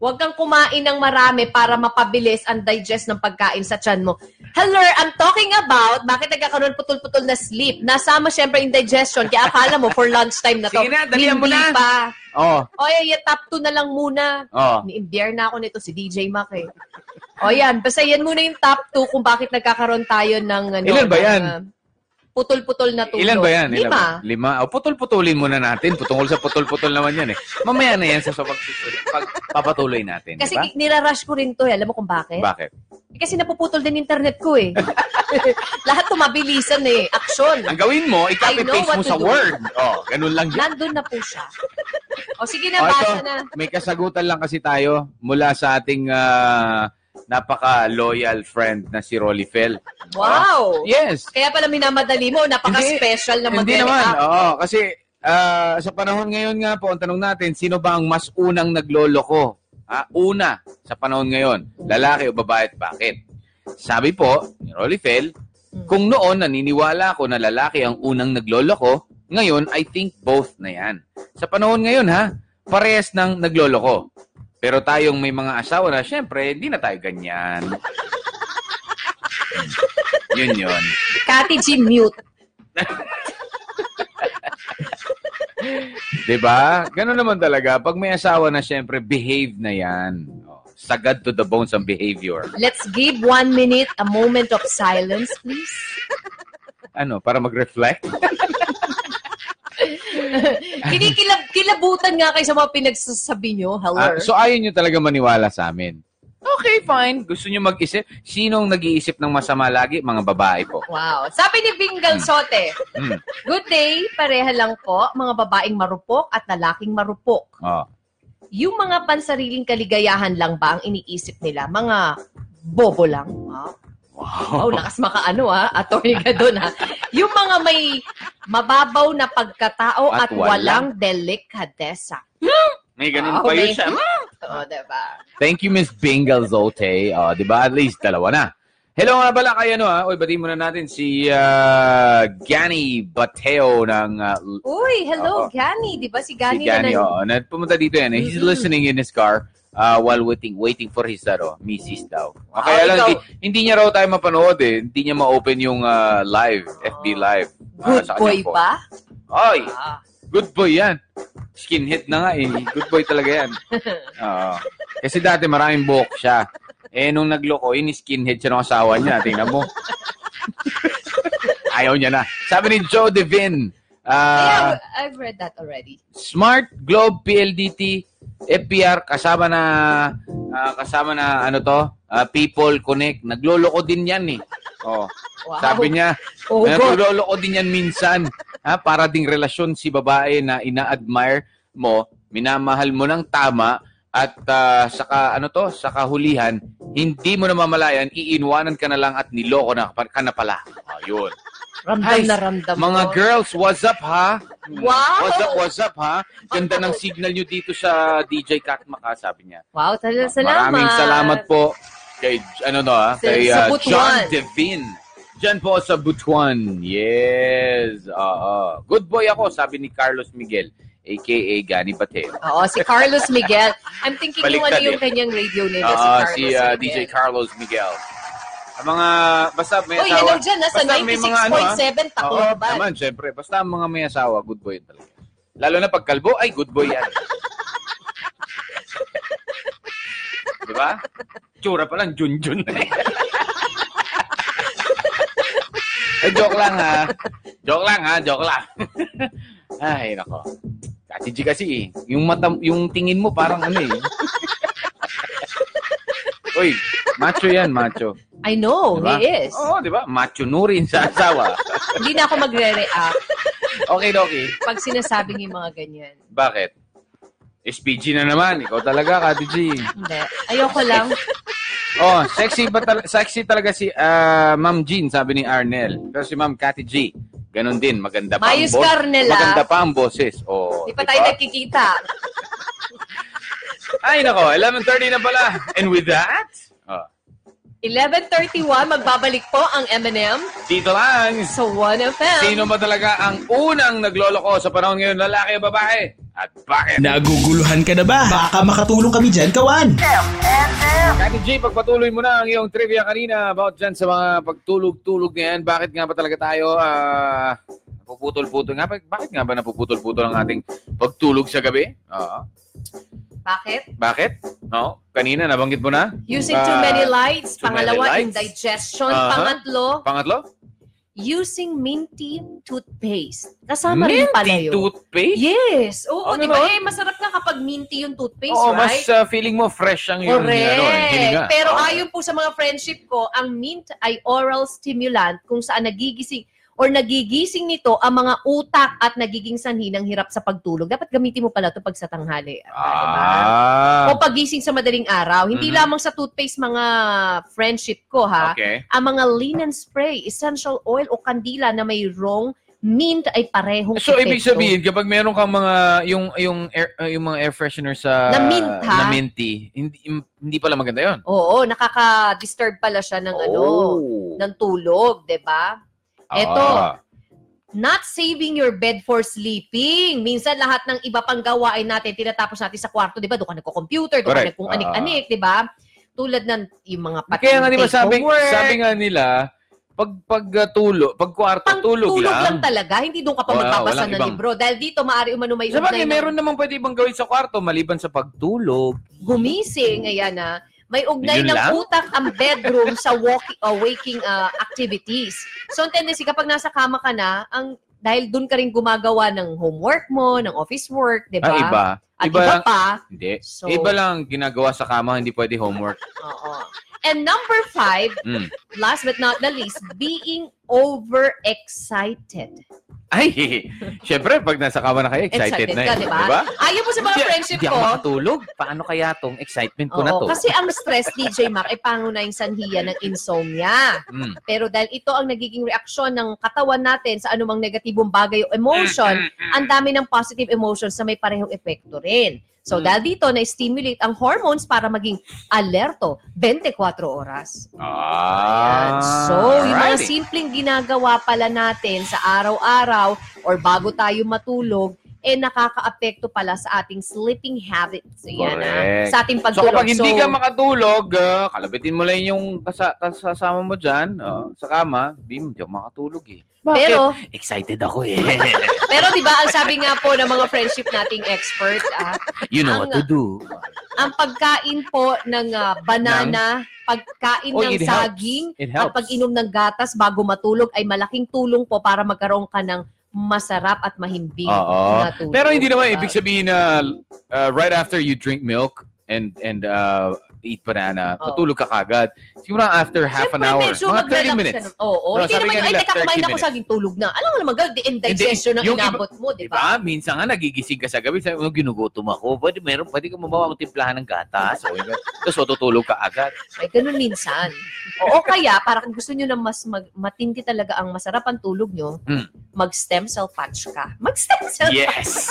Speaker 3: Huwag kang kumain ng marami para mapabilis ang digest ng pagkain sa tiyan mo. Hello, I'm talking about bakit nagkakaroon putol-putol na sleep. Nasama syempre indigestion. Kaya akala mo for lunchtime na to.
Speaker 2: Sige na, dalihan mo
Speaker 3: Hindi
Speaker 2: na.
Speaker 3: pa.
Speaker 2: oh,
Speaker 3: O yeah, yeah, top 2 na lang muna.
Speaker 2: oh.
Speaker 3: Ni-imbier na ako nito si DJ Mac eh. O yan, basta yan muna yung top 2 kung bakit nagkakaroon tayo ng... Ano,
Speaker 2: Ilan ba
Speaker 3: ng,
Speaker 2: yan?
Speaker 3: ah, putol-putol na tulog.
Speaker 2: Ilan ba yan? Ilan
Speaker 3: Lima.
Speaker 2: ba? Lima. O, putol-putulin muna natin. Tungkol sa putol-putol naman yan eh. Mamaya na yan sa sabag pag papatuloy natin.
Speaker 3: Kasi
Speaker 2: Kasi, diba?
Speaker 3: nirarush ko rin to eh. Alam mo kung
Speaker 2: Bakit?
Speaker 3: Eh, Kasi napuputol din internet ko eh. Lahat tumabilisan eh. Aksyon.
Speaker 2: Ang gawin mo, i-copy
Speaker 3: I know
Speaker 2: paste
Speaker 3: what
Speaker 2: mo
Speaker 3: to
Speaker 2: sa
Speaker 3: do.
Speaker 2: Word. Oh, ganun lang yan.
Speaker 3: Nandun na po siya. O sige na,
Speaker 2: O, Ah, ito,
Speaker 3: basa na.
Speaker 2: may kasagutan lang kasi tayo mula sa ating ah, napaka-loyal friend na si Rolly Fell.
Speaker 3: Wow!
Speaker 2: Yes.
Speaker 3: Kaya pala minamadali mo. Napaka-special na Ah.
Speaker 2: Hindi
Speaker 3: mag-react.
Speaker 2: naman. Oo, kasi ah, sa panahon ngayon nga po, ang tanong natin, sino ba ang mas unang nagloloko? Ah, una sa panahon ngayon, lalaki o babae at bakit? Sabi po ni Rolly Fel,
Speaker 3: Hmm.
Speaker 2: kung noon naniniwala ako na lalaki ang unang nagloloko, ngayon I think both na yan. Sa panahon ngayon ha, parehas ng nagloloko. Pero tayong may mga asawa na, syempre, hindi na tayo ganyan. yun yun.
Speaker 3: Kati G mute.
Speaker 2: 'Di ba? Ganun naman talaga. Pag may asawa na, syempre, behave na 'yan. Oh, Sagad to the bones ang behavior.
Speaker 3: Let's give one minute a moment of silence, please.
Speaker 2: Ano, para mag-reflect?
Speaker 3: Kinikilab, kilabutan nga kayo sa mga pinagsasabi nyo, hello.
Speaker 2: Ah, so, ayaw nyo talaga maniwala sa amin. Okay, fine. Gusto nyo mag-isip? Sinong nag-iisip ng masama lagi? Mga babae po.
Speaker 3: wow. Sabi ni Bingal Sote,
Speaker 2: Hmm.
Speaker 3: Good day, pareha lang po, mga babaeng marupok at lalaking marupok.
Speaker 2: Oh.
Speaker 3: Yung mga pansariling kaligayahan lang ba ang iniisip nila? Mga bobo lang. Wow. Wow, lakas makaano ha, attorney ka doon ha. Yung mga may mababaw na pagkatao at,
Speaker 2: At
Speaker 3: walang
Speaker 2: walang-
Speaker 3: delikadesa.
Speaker 2: May ganun
Speaker 3: Wow,
Speaker 2: pa yun
Speaker 3: may-
Speaker 2: siya.
Speaker 3: Oo, diba?
Speaker 2: Thank you, Miss Bingal Zote. Oh, di ba? At least dalawa na. Hello nga pala kay ano ha. Uy, batiin muna natin si ah, Gani Bateo ng ah,
Speaker 3: Uy,
Speaker 2: Oo.
Speaker 3: hello, Gani. Di ba si
Speaker 2: si
Speaker 3: Gani?
Speaker 2: Gani,
Speaker 3: na nag-
Speaker 2: oo. Na, pumunta dito yan. eh. He's listening in his car uh, while waiting waiting for his ano, misis daw. Ah, Kaya lang,
Speaker 3: ikaw.
Speaker 2: hindi, hindi niya raw tayo mapanood eh. Hindi niya ma-open yung ah, live, FB live. Ah,
Speaker 3: Good boy ba?
Speaker 2: Oy,
Speaker 3: Ah.
Speaker 2: good boy yan. Skinhead na nga eh. Good boy talaga yan. Oo. Kasi dati maraming buhok siya. Eh, nung nagloko, ini skinhead siya ng asawa niya. Tingnan mo. Ayaw niya na. Sabi ni Joe Devin. ah,
Speaker 3: yeah, I've read that already.
Speaker 2: Smart Globe PLDT FPR kasama na ah, kasama na ano to ah, People Connect nagloloko din yan eh. Oh.
Speaker 3: Wow.
Speaker 2: Sabi niya,
Speaker 3: Oh, God.
Speaker 2: nagloloko din yan minsan. Ha, para ding relasyon si babae na ina-admire mo, minamahal mo ng tama at ah, saka ano to, sa kahulihan, hindi mo namamalayan, iinwanan ka na lang at niloko na ka na pala. Oh, yun.
Speaker 3: Ramdam
Speaker 2: Guys,
Speaker 3: na ramdam
Speaker 2: Mga
Speaker 3: ko.
Speaker 2: girls, what's up ha?
Speaker 3: Wow!
Speaker 2: What's up, what's up ha? Ganda ng signal nyo dito sa DJ Katmak ha, sabi niya.
Speaker 3: Wow, talaga salamat.
Speaker 2: Maraming salamat po kay, ano no ha?
Speaker 3: Sa-
Speaker 2: Kay
Speaker 3: sa
Speaker 2: ah,
Speaker 3: Butuan.
Speaker 2: John Devin. Diyan po sa Butuan. Yes. Oo. Good boy ako, sabi ni Carlos Miguel, aka Gani Bateo.
Speaker 3: Oo, si Carlos Miguel. I'm thinking yung ano
Speaker 2: Baliktad
Speaker 3: yung
Speaker 2: eh.
Speaker 3: kanyang radio name si
Speaker 2: Oo,
Speaker 3: Carlos
Speaker 2: si ah,
Speaker 3: Miguel.
Speaker 2: DJ Carlos Miguel. Ang mga, basta may
Speaker 3: Uy,
Speaker 2: asawa.
Speaker 3: ano dyan, nasa
Speaker 2: basta may mga ano, ha?
Speaker 3: 96.7
Speaker 2: Oo,
Speaker 3: Tacloban.
Speaker 2: naman, syempre. Basta ang mga may asawa, good boy talaga. Lalo na pag kalbo, ay, good boy yan. Di ba? Diba? Tsura pa lang, Junjun. eh, joke lang ha. Joke lang ha, joke lang. ay, nako. Kasi G kasi eh. Yung, mata, yung tingin mo parang ano eh. Uy, macho yan, macho.
Speaker 3: I know,
Speaker 2: Diba?
Speaker 3: Oh, he is.
Speaker 2: Oo, di ba? Macho nurin sa asawa.
Speaker 3: Hindi na ako magre-react
Speaker 2: okay, okay.
Speaker 3: pag sinasabi niya yung mga ganyan.
Speaker 2: Bakit? SPG na naman. Ikaw talaga, Kati G.
Speaker 3: Hindi. Ayoko lang.
Speaker 2: Oh, sexy, ba tal- sexy talaga si ah, Ma'am Jean, sabi ni Arnel. Pero si Ma'am Kati G, ganun din. Maganda pa
Speaker 3: Mayos
Speaker 2: ang
Speaker 3: ka, Arnel, ah.
Speaker 2: Maganda pa ang boses. Oh,
Speaker 3: Hindi pa tayo nagkikita.
Speaker 2: Ay, nako. 11.30 na pala. And with that, oh,
Speaker 3: 11.31, magbabalik po ang M&M
Speaker 2: dito lang.
Speaker 3: sa 1FM.
Speaker 2: Sino ba talaga ang unang nagloloko sa panahon ngayon? Lalaki o babae? At bakit?
Speaker 1: Naguguluhan ka na ba? Baka makatulong kami dyan, kawan.
Speaker 2: Kati G, pagpatuloy mo na ang iyong trivia kanina about dyan sa mga pagtulog-tulog na yan. Bakit nga ba talaga tayo ah, napuputol-putol nga? ba- Bakit nga ba napuputol-putol ang ating pagtulog sa gabi? Oo.
Speaker 3: Bakit?
Speaker 2: Bakit? No? Kanina, nabanggit mo na?
Speaker 3: Using
Speaker 2: Ah,
Speaker 3: too many lights.
Speaker 2: too many
Speaker 3: Pangalawa,
Speaker 2: lights. Uh-huh.
Speaker 3: indigestion.
Speaker 2: Aha.
Speaker 3: Pangatlo,
Speaker 2: Pangatlo?
Speaker 3: using minty toothpaste. Kasama rin pala yun.
Speaker 2: Toothpaste?
Speaker 3: Yes. Oo,
Speaker 2: Oh,
Speaker 3: di ba?
Speaker 2: ganun?
Speaker 3: Eh, masarap nga kapag minty yung toothpaste,
Speaker 2: Oo, mas
Speaker 3: right?
Speaker 2: ah, feeling mo fresh ang iyong
Speaker 3: Correct.
Speaker 2: ano, eh, hininga.
Speaker 3: Pero
Speaker 2: Oo.
Speaker 3: ayon po sa mga friendship ko, ang mint ay oral stimulant kung saan nagigising or nagigising nito ang mga utak at nagiging sanhi ng hirap sa pagtulog. Dapat gamitin mo pala ito pag sa tanghali. Diba?
Speaker 2: Ah,
Speaker 3: O pagising sa madaling araw. Hindi
Speaker 2: Mhm.
Speaker 3: lamang sa toothpaste mga friendship ko ha.
Speaker 2: okay.
Speaker 3: Ang mga linen spray, essential oil o kandila na mayroong mint ay parehong
Speaker 2: So, ibig
Speaker 3: epekto.
Speaker 2: sabihin, kapag meron kang mga, yung, yung, air, uh, yung mga air freshener sa...
Speaker 3: Na mint, ha?
Speaker 2: Na minty. Hindi, hindi pala maganda yun.
Speaker 3: Oo, nakaka-disturb pala siya ng ano,
Speaker 2: Oh.
Speaker 3: ng tulog, 'di ba?
Speaker 2: Ah.
Speaker 3: Eto, not saving your bed for sleeping. Minsan lahat ng iba pang gawain natin tinatapos natin sa kwarto, 'di ba? Doon ka nagko-computer, doon ka
Speaker 2: Correct. Ah.
Speaker 3: nagkung anik-anik, 'di ba? Tulad ng yung mga pati
Speaker 2: Kaya nga, di ba, sabi,
Speaker 3: paperwork.
Speaker 2: sabi nga nila, pag pagtulo, pag kwarto,
Speaker 3: pang
Speaker 2: tulog, lang.
Speaker 3: lang. talaga, hindi doon ka pa
Speaker 2: Wala,
Speaker 3: magbabasa
Speaker 2: walang
Speaker 3: ng
Speaker 2: ibang-
Speaker 3: libro. Dahil dito, maaari umano may
Speaker 2: Sa bagay,
Speaker 3: ugnay ng
Speaker 2: meron namang pwede ibang gawin sa kwarto maliban sa pagtulog.
Speaker 3: gumising, ayan na, may ugnay
Speaker 2: Yun
Speaker 3: ng
Speaker 2: lang?
Speaker 3: utak ang bedroom sa walking, uh, waking ah, activities. So, ang tendency, kapag nasa kama ka na, ang dahil doon ka rin gumagawa ng homework mo, ng office work, di ba?
Speaker 2: Ah, iba.
Speaker 3: Diba?
Speaker 2: iba
Speaker 3: At iba,
Speaker 2: lang-
Speaker 3: pa.
Speaker 2: Hindi.
Speaker 3: So-
Speaker 2: Iba lang ginagawa sa kama, hindi pwede homework.
Speaker 3: Oo. And number five,
Speaker 2: Mm.
Speaker 3: last but not the least, being overexcited.
Speaker 2: Ay, syempre, pag nasa kama na kayo, excited, na eh.
Speaker 3: ka,
Speaker 2: yun.
Speaker 3: di ba? Ayaw mo sa mga friendship
Speaker 2: Hindi ako
Speaker 3: ko.
Speaker 2: makatulog. Paano kaya tong excitement ko na
Speaker 3: Oo,
Speaker 2: to?
Speaker 3: kasi ang stress, DJ Mark, ay pangunahing sanhiya ng insomnia.
Speaker 2: Mm.
Speaker 3: Pero dahil ito ang nagiging reaksyon ng katawan natin sa anumang negatibong bagay o
Speaker 2: Mm,
Speaker 3: emotion, ang dami ng positive emotions na may parehong epekto rin. So
Speaker 2: Mm.
Speaker 3: dahil dito, na-stimulate ang hormones para maging alerto 24 oras.
Speaker 2: Ah,
Speaker 3: Ayan. So, yung mga
Speaker 2: alrighty.
Speaker 3: simpleng ginagawa pala natin sa araw-araw or bago tayo matulog, eh nakakaapekto pala sa ating sleeping habits. Ayan, ah.
Speaker 2: Correct.
Speaker 3: Sa ating
Speaker 2: So,
Speaker 3: pagtulog.
Speaker 2: kapag hindi ka makatulog, ah, kalabitin mo lang yung kasa- kasama mo dyan, ah, sa kama, di mo di ako makatulog eh.
Speaker 3: pero,
Speaker 2: Excited ako eh.
Speaker 3: pero di ba ang sabi nga po ng mga friendship nating expert, ah,
Speaker 2: you know what to do.
Speaker 3: ang pagkain po ng ah, banana, pagkain
Speaker 2: Oh,
Speaker 3: ng
Speaker 2: it helps.
Speaker 3: saging,
Speaker 2: It helps.
Speaker 3: at pag-inom ng gatas bago matulog ay malaking tulong po para magkaroon ka ng masarap at mahimbing
Speaker 2: Oo.
Speaker 3: na tulog.
Speaker 2: Pero hindi naman ibig
Speaker 3: sabihin.
Speaker 2: sabihin na uh, right after you drink milk and and uh, eat banana,
Speaker 3: Oo.
Speaker 2: matulog ka kagad. Siguro after half an hour, mga 30 minutes. No,
Speaker 3: Oo,
Speaker 2: sabi nga
Speaker 3: hindi naman yung, ay,
Speaker 2: nila,
Speaker 3: teka,
Speaker 2: 30
Speaker 3: kumain ako
Speaker 2: minutes.
Speaker 3: saging tulog na. Alam mo naman, girl, the indigestion ang
Speaker 2: yung iba-
Speaker 3: inabot mo, di ba?
Speaker 2: Diba? Minsan nga nagigising ka sa gabi, sabi mo, ginugutom ako. Pwede, meron, pwede ka mabawa ng timplahan ng gatas. O, yun. Tapos matutulog ka agad.
Speaker 3: May ganun minsan. Oo, kaya, para kung gusto nyo na mas mag, matindi talaga ang masarap ang tulog nyo,
Speaker 2: Mm.
Speaker 3: mag-stem cell patch ka. Mag-stem cell
Speaker 2: Yes!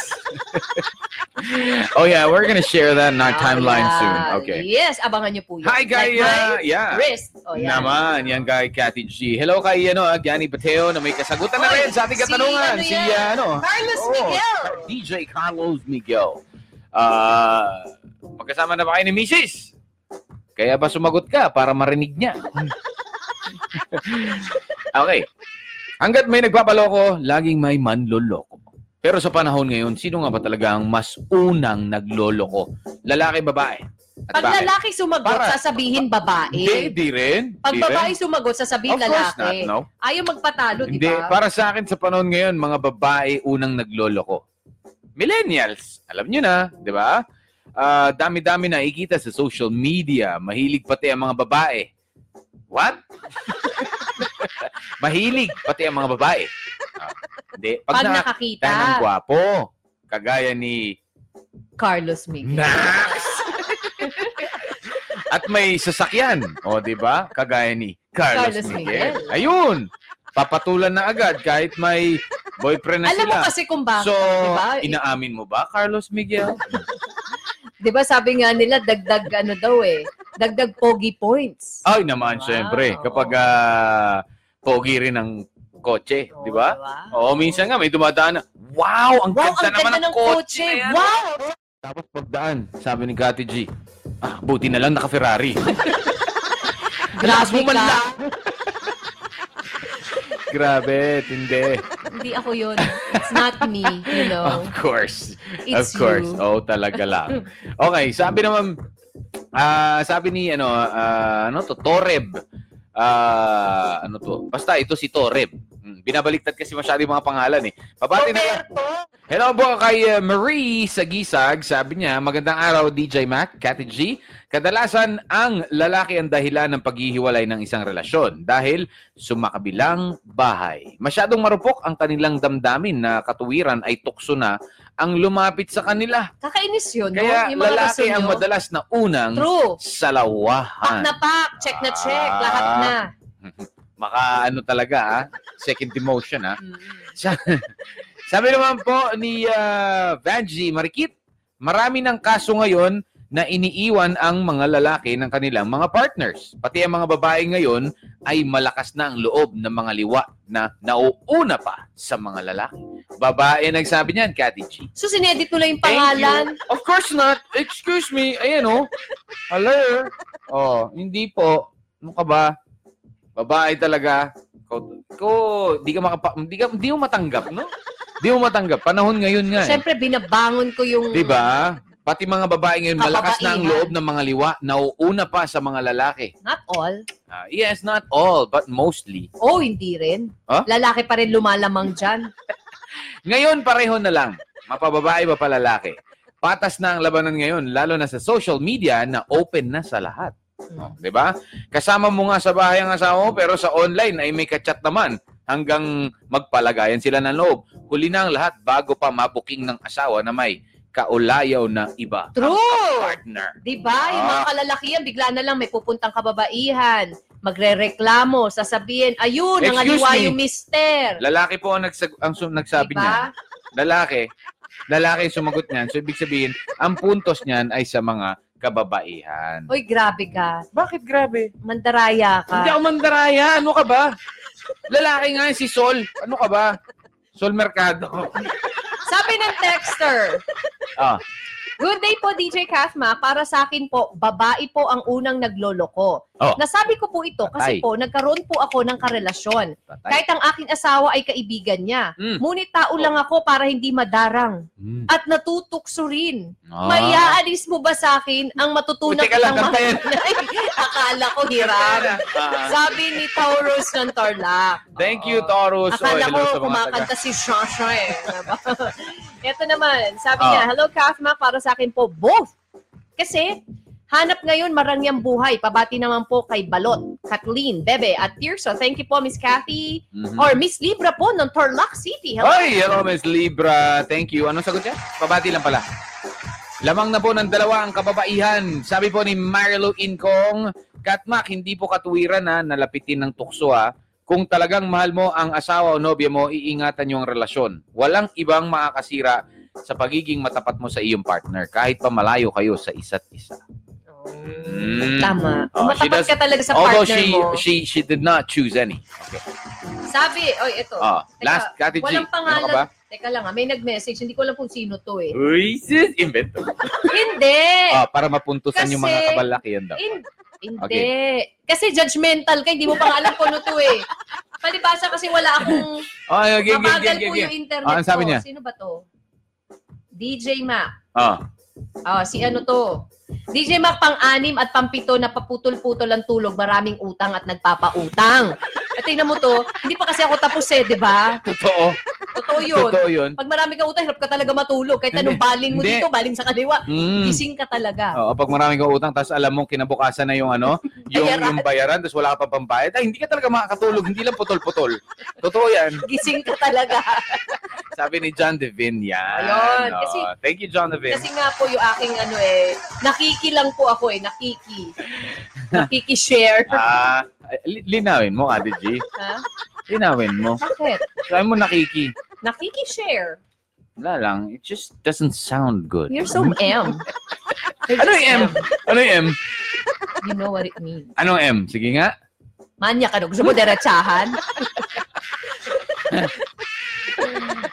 Speaker 2: oh yeah, we're gonna share that in
Speaker 3: Oh,
Speaker 2: our Ah, timeline soon.
Speaker 3: Ayan.
Speaker 2: Okay.
Speaker 3: Yes, abangan niyo po yun.
Speaker 2: Hi, guy!
Speaker 3: Like my
Speaker 2: uh, yeah.
Speaker 3: wrist. O, yan.
Speaker 2: Naman, yan kay Cathy G. Hello kay ano, ah, Gianni Pateo na may kasagutan na
Speaker 3: Oy,
Speaker 2: rin sa ating
Speaker 3: si
Speaker 2: katanungan.
Speaker 3: ano
Speaker 2: Si,
Speaker 3: yan?
Speaker 2: ah, ano,
Speaker 3: Carlos
Speaker 2: Oo,
Speaker 3: Miguel.
Speaker 2: DJ Carlos Miguel. Ah, magkasama na ba kayo ni Mrs.? Kaya ba sumagot ka para marinig niya? okay. Hanggat may nagpapaloko, laging may manloloko. Pero sa panahon ngayon, sino nga ba talaga ang mas unang nagloloko? Lalaki, babae? At
Speaker 3: Pag
Speaker 2: bakit?
Speaker 3: lalaki sumagot,
Speaker 2: Para-
Speaker 3: sasabihin babae.
Speaker 2: Hindi, di rin.
Speaker 3: Pag
Speaker 2: Di rin.
Speaker 3: babae sumagot, sasabihin
Speaker 2: Of course
Speaker 3: lalaki.
Speaker 2: not, no?
Speaker 3: Ayaw magpatalo, di
Speaker 2: Hindi,
Speaker 3: ba?
Speaker 2: para sa akin sa panahon ngayon, mga babae unang nagloloko. Millennials, alam nyo na, di ba? Ah, dami-dami na ikita sa social media. Mahilig pati ang mga babae. What? Mahilig pati ang mga babae. Ah, hindi. Pag,
Speaker 3: Pag
Speaker 2: nakakita
Speaker 3: nakakita,
Speaker 2: ng gwapo, kagaya ni
Speaker 3: Carlos Miguel.
Speaker 2: Nax! At may sasakyan. O, di ba? Kagaya ni Carlos,
Speaker 3: Carlos
Speaker 2: Miguel.
Speaker 3: Miguel.
Speaker 2: Ayun! Papatulan na agad kahit may boyfriend na
Speaker 3: Alam
Speaker 2: sila.
Speaker 3: mo kasi kung bakit,
Speaker 2: so,
Speaker 3: di ba?
Speaker 2: inaamin mo ba, Carlos Miguel?
Speaker 3: Di ba sabi nga nila, dagdag ano daw eh, dagdag pogi points.
Speaker 2: Ay naman,
Speaker 3: Wow.
Speaker 2: syempre. Kapag ah, pogi rin ang kotse,
Speaker 3: Oo,
Speaker 2: di ba?
Speaker 3: diba?
Speaker 2: Oo, minsan nga may dumadaan na, wow, ang
Speaker 3: Wow,
Speaker 2: ganda
Speaker 3: ang
Speaker 2: naman
Speaker 3: ganda ng kotse.
Speaker 2: na yan."
Speaker 3: Wow!
Speaker 2: Tapos pagdaan, sabi ni Gati G, ah, buti na lang naka-Ferrari.
Speaker 3: Grabe ka.
Speaker 2: Grabe, tindi.
Speaker 3: Hindi ako yun. It's not me, you
Speaker 2: Of
Speaker 3: know.
Speaker 2: course.
Speaker 3: It's
Speaker 2: of course.
Speaker 3: you.
Speaker 2: Oh, talaga lang. Okay, sabi naman ah sabi ni ano ah, ano to Toreb. Ah, ano to? Basta ito si Toreb. Mm, Binabaliktad kasi masyado yung mga pangalan eh. Pabati na lang. Hello po kay uh, Marie Sagisag. Sabi niya, magandang araw DJ Mac, Kati G. Kadalasan ang lalaki ang dahilan ng paghihiwalay ng isang relasyon dahil sumakabilang bahay. Masyadong marupok ang kanilang damdamin na katuwiran ay tukso na ang lumapit sa kanila.
Speaker 3: Kakainis yun,
Speaker 2: Kaya
Speaker 3: no? Yung mga
Speaker 2: lalaki
Speaker 3: rason
Speaker 2: ang
Speaker 3: yun.
Speaker 2: madalas na unang
Speaker 3: True. Pak
Speaker 2: salawahan.
Speaker 3: na pak, check na
Speaker 2: Ah.
Speaker 3: check, lahat na. Mm.
Speaker 2: Maka ano talaga ah, second demotion ah. Sa- Sabi naman po ni ah, Vanji Marikit, marami ng kaso ngayon na iniiwan ang mga lalaki ng kanilang mga partners. Pati ang mga babae ngayon ay malakas na ang loob ng mga liwa na nauuna pa sa mga lalaki. Babae nagsabi niyan, Cathy G.
Speaker 3: So, sinedit mo lang yung
Speaker 2: Thank
Speaker 3: pangalan.
Speaker 2: you. Of course not. Excuse me. Ayan oh. Hello. Oh, hindi po. Ano ka ba? Babae talaga. Ko, ko di ka makapa, di ka di mo matanggap, no? Di mo matanggap. Panahon ngayon nga. Eh.
Speaker 3: Siyempre, binabangon ko yung...
Speaker 2: 'Di ba? Pati mga babae ngayon malakas na ang
Speaker 3: Kababaihan.
Speaker 2: loob ng mga liwa, nauuna pa sa mga lalaki.
Speaker 3: Not all.
Speaker 2: Ah, yes, not all, but mostly.
Speaker 3: Oh, hindi rin.
Speaker 2: Huh?
Speaker 3: Lalaki pa rin lumalamang dyan.
Speaker 2: Ngayon pareho na lang. Mapababae ba palalaki? Patas na ang labanan ngayon, lalo na sa social media na open na sa lahat. Oh, 'di ba? Kasama mo nga sa bahay ang asawa mo pero sa online ay may kachat naman hanggang magpalagayan sila ng loob. Huli na ang lahat bago pa mabuking ng asawa na may kaulayaw na iba.
Speaker 3: True!
Speaker 2: Ang partner.
Speaker 3: Di ba? Yung mga
Speaker 2: Ah.
Speaker 3: kalalakihan, bigla na lang may pupuntang kababaihan. Magre-reklamo, sasabihin, ayun,
Speaker 2: Excuse
Speaker 3: nangaliwa
Speaker 2: me.
Speaker 3: yung mister.
Speaker 2: Lalaki po ang, nagsag- ang sum- nagsabi
Speaker 3: Diba?
Speaker 2: niya. Lalaki. Lalaki ang sumagot niyan. So ibig sabihin, ang puntos niyan ay sa mga kababaihan.
Speaker 3: Uy, grabe ka.
Speaker 2: Bakit grabe?
Speaker 3: Mandaraya ka.
Speaker 2: Hindi ako mandaraya. Ano ka ba? Lalaki nga yan, si Sol. Ano ka ba? Sol Mercado.
Speaker 3: Sabi ng texter,
Speaker 2: Ah.
Speaker 3: Good day po, DJ Kathma. Para sa akin po, babae po ang unang nagloloko.
Speaker 2: Oh.
Speaker 3: Nasabi ko po ito
Speaker 2: Patay.
Speaker 3: kasi po, nagkaroon po ako ng karelasyon.
Speaker 2: Patay.
Speaker 3: Kahit ang aking asawa ay kaibigan niya.
Speaker 2: Mm.
Speaker 3: Ngunit tao lang ako para hindi madarang.
Speaker 2: Mm.
Speaker 3: At natutukso rin.
Speaker 2: Ah.
Speaker 3: May iaalis mo ba sa akin ang matutunan
Speaker 2: Uy, teka lang,
Speaker 3: kitang
Speaker 2: kantayan.
Speaker 3: mahalay? Akala ko hirap.
Speaker 2: Ah.
Speaker 3: Sabi ni Taurus ng Tarlac.
Speaker 2: Thank you, Taurus. Oh,
Speaker 3: Akala
Speaker 2: hello sa
Speaker 3: ko
Speaker 2: mga
Speaker 3: kumakanta si Shasha eh. Diba? Ito naman, sabi
Speaker 2: Ah.
Speaker 3: niya, Hello Kafma, para sa akin po, both. Kasi, hanap ngayon marangyang buhay. Pabati naman po kay Balot, Kathleen, Bebe, at Tirso. Thank you po, Miss Kathy.
Speaker 2: Mhm.
Speaker 3: Or Miss Libra po ng Tarlac City. Hello.
Speaker 2: Hoy, hello Miss Libra. Thank you. Anong sagot niya? Pabati lang pala. Lamang na po ng dalawa ang kababaihan. Sabi po ni Marlo Incong, Katmak, hindi po katuwiran na nalapitin ng tukso ha. Kung talagang mahal mo ang asawa o nobya mo, iingatan yung relasyon. Walang ibang makakasira sa pagiging matapat mo sa iyong partner kahit pa malayo kayo sa isa't isa. Mm.
Speaker 3: Tama.
Speaker 2: Oh, she
Speaker 3: Matapat
Speaker 2: does-
Speaker 3: ka talaga sa
Speaker 2: Although
Speaker 3: partner
Speaker 2: she,
Speaker 3: mo.
Speaker 2: she she did not choose any.
Speaker 3: Sabi, oy, ito.
Speaker 2: Ah, last, Kati G,
Speaker 3: Walang
Speaker 2: meron ka
Speaker 3: pangalan.
Speaker 2: ba?
Speaker 3: Teka lang, ah, may nag-message. Hindi ko alam kung sino to eh.
Speaker 2: Uy, sis, invento.
Speaker 3: Hindi!
Speaker 2: Ah, para mapuntusan yung mga
Speaker 3: Kasi-
Speaker 2: kabalaki yan daw.
Speaker 3: Hin- Hindi.
Speaker 2: Okay.
Speaker 3: Kasi judgmental ka, hindi mo pa alam kung ano to eh. Palibasa kasi wala akong
Speaker 2: Ay, okay, okay, okay,
Speaker 3: mabagal
Speaker 2: okay,
Speaker 3: po
Speaker 2: okay.
Speaker 3: yung internet
Speaker 2: Ah, ang sabi
Speaker 3: ko.
Speaker 2: niya?
Speaker 3: Sino ba to? DJ Mac.
Speaker 2: Ah,
Speaker 3: Ah, si ano to? DJ Mac pang-anim at pang-pito na paputol-putol ang tulog, maraming utang at nagpapautang. At tingnan mo to, hindi pa kasi ako tapos eh, di ba?
Speaker 2: totoo.
Speaker 3: Totoo yun.
Speaker 2: Totoo yun.
Speaker 3: Pag marami ka utang, hirap ka talaga matulog. Kahit anong
Speaker 2: Hindi.
Speaker 3: baling mo
Speaker 2: Hindi.
Speaker 3: dito, baling sa kaliwa,
Speaker 2: Mm.
Speaker 3: gising ka talaga.
Speaker 2: Oo, pag marami kang utang, tapos alam mong kinabukasan na yung ano, yung,
Speaker 3: Bayaran.
Speaker 2: yung bayaran, tapos wala ka pa pambayad, ay, hindi ka talaga makakatulog, hindi lang putol-putol. Totoo yan.
Speaker 3: Gising ka talaga.
Speaker 2: Sabi ni John Devin yan.
Speaker 3: Ayun,
Speaker 2: Oo,
Speaker 3: kasi-
Speaker 2: thank you, John Devin.
Speaker 3: Kasi nga po yung aking ano eh, nakiki lang po ako eh, nakiki. Nakiki-share.
Speaker 2: Ah, li- linawin mo, Ate G.
Speaker 3: Ha?
Speaker 2: Linawin mo.
Speaker 3: Bakit?
Speaker 2: Sabi mo nakiki.
Speaker 3: Nakiki-share.
Speaker 2: Wala lang, it just doesn't sound good.
Speaker 3: You're so M. You're
Speaker 2: Ano
Speaker 3: just
Speaker 2: yung M? Ano yung M?
Speaker 3: You know what it means.
Speaker 2: Anong M? Sige nga.
Speaker 3: Manya ka no? Gusto mo derechahan?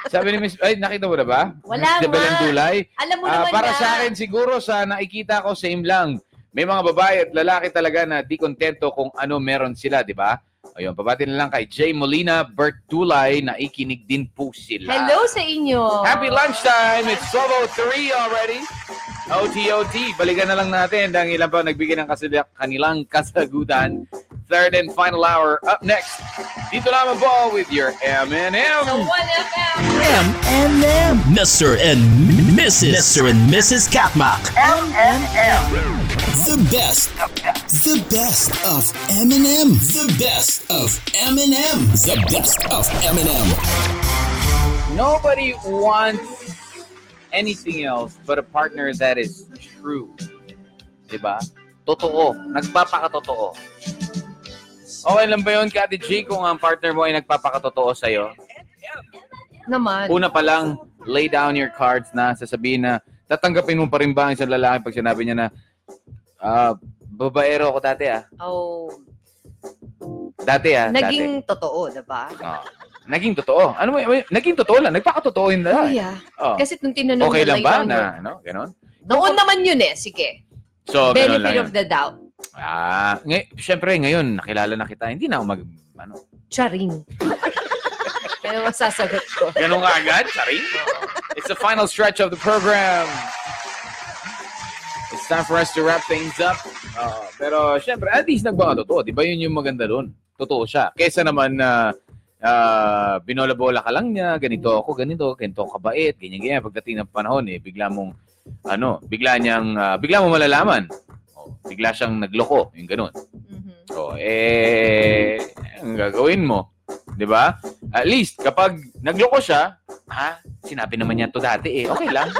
Speaker 2: Sabi ni Miss, ay, nakita mo na ba?
Speaker 3: Wala
Speaker 2: Miss De
Speaker 3: nga.
Speaker 2: Balantulay?
Speaker 3: Alam mo
Speaker 2: Ah,
Speaker 3: naman
Speaker 2: para
Speaker 3: na.
Speaker 2: sa akin siguro sa nakikita ko same lang. May mga babae at lalaki talaga na di kontento kung ano meron sila, di ba? Ayun, pabati na lang kay Jay Molina, Bert Tulay, naikinig din po sila.
Speaker 3: Hello sa inyo.
Speaker 2: Happy lunchtime! It's 12.03 already. OTOT, balikan na lang natin ang ilan pa nagbigay ng kasil- kanilang kasagutan. Third and final hour up next. Dito lamang po with your M&M.
Speaker 3: So 1FM.
Speaker 1: M and M. Mr. and Mrs. Mr. and Mrs. Katmak. The best. The best of Eminem. The best of Eminem. The best of Eminem.
Speaker 2: Nobody wants anything else but a partner that is true. Diba? Totoo. Nagpapakatotoo. Okay lang ba yun, Kati G, kung ang partner mo ay nagpapakatotoo sa'yo?
Speaker 3: Naman.
Speaker 2: Una pa lang, lay down your cards na sasabihin na tatanggapin mo pa rin ba ang isang lalaki pag sinabi niya na ah, babaero ako dati ah.
Speaker 3: Oh,
Speaker 2: Dati ah. Dati.
Speaker 3: naging totoo, diba?
Speaker 2: Oo. naging totoo. Ano mo, naging totoo lang. Nagpakatotoo yun
Speaker 3: Oh,
Speaker 2: lahat.
Speaker 3: yeah.
Speaker 2: Oo.
Speaker 3: Kasi nung tinanong
Speaker 2: okay
Speaker 3: na
Speaker 2: lang ba
Speaker 3: yun,
Speaker 2: na ano, ganun?
Speaker 3: Noon naman yun eh, sige.
Speaker 2: So, ganun lang
Speaker 3: Benefit
Speaker 2: yun.
Speaker 3: of the doubt.
Speaker 2: Ah, ngay- syempre ngayon nakilala na kita. Hindi na ako mag ano.
Speaker 3: Charing. Kaya masasagot ko.
Speaker 2: Ganun ka agad, Charing? It's the final stretch of the program. It's time for us to wrap things up. Ah, pero syempre, at least nagbaka totoo. Di ba yun yung maganda doon? Totoo siya. Kesa naman na ah, binola-bola ka lang niya, ganito ako, ganito, ganito ako kabait, ganyan-ganyan. Pagdating ng panahon, eh, bigla mong, ano, bigla niyang, ah, bigla mo malalaman. Oh, bigla siyang nagloko, yung ganun.
Speaker 3: Mhm.
Speaker 2: So, eh, ang gagawin mo, 'di ba? At least kapag nagloko siya, ha, sinabi naman niya to dati eh. Okay lang,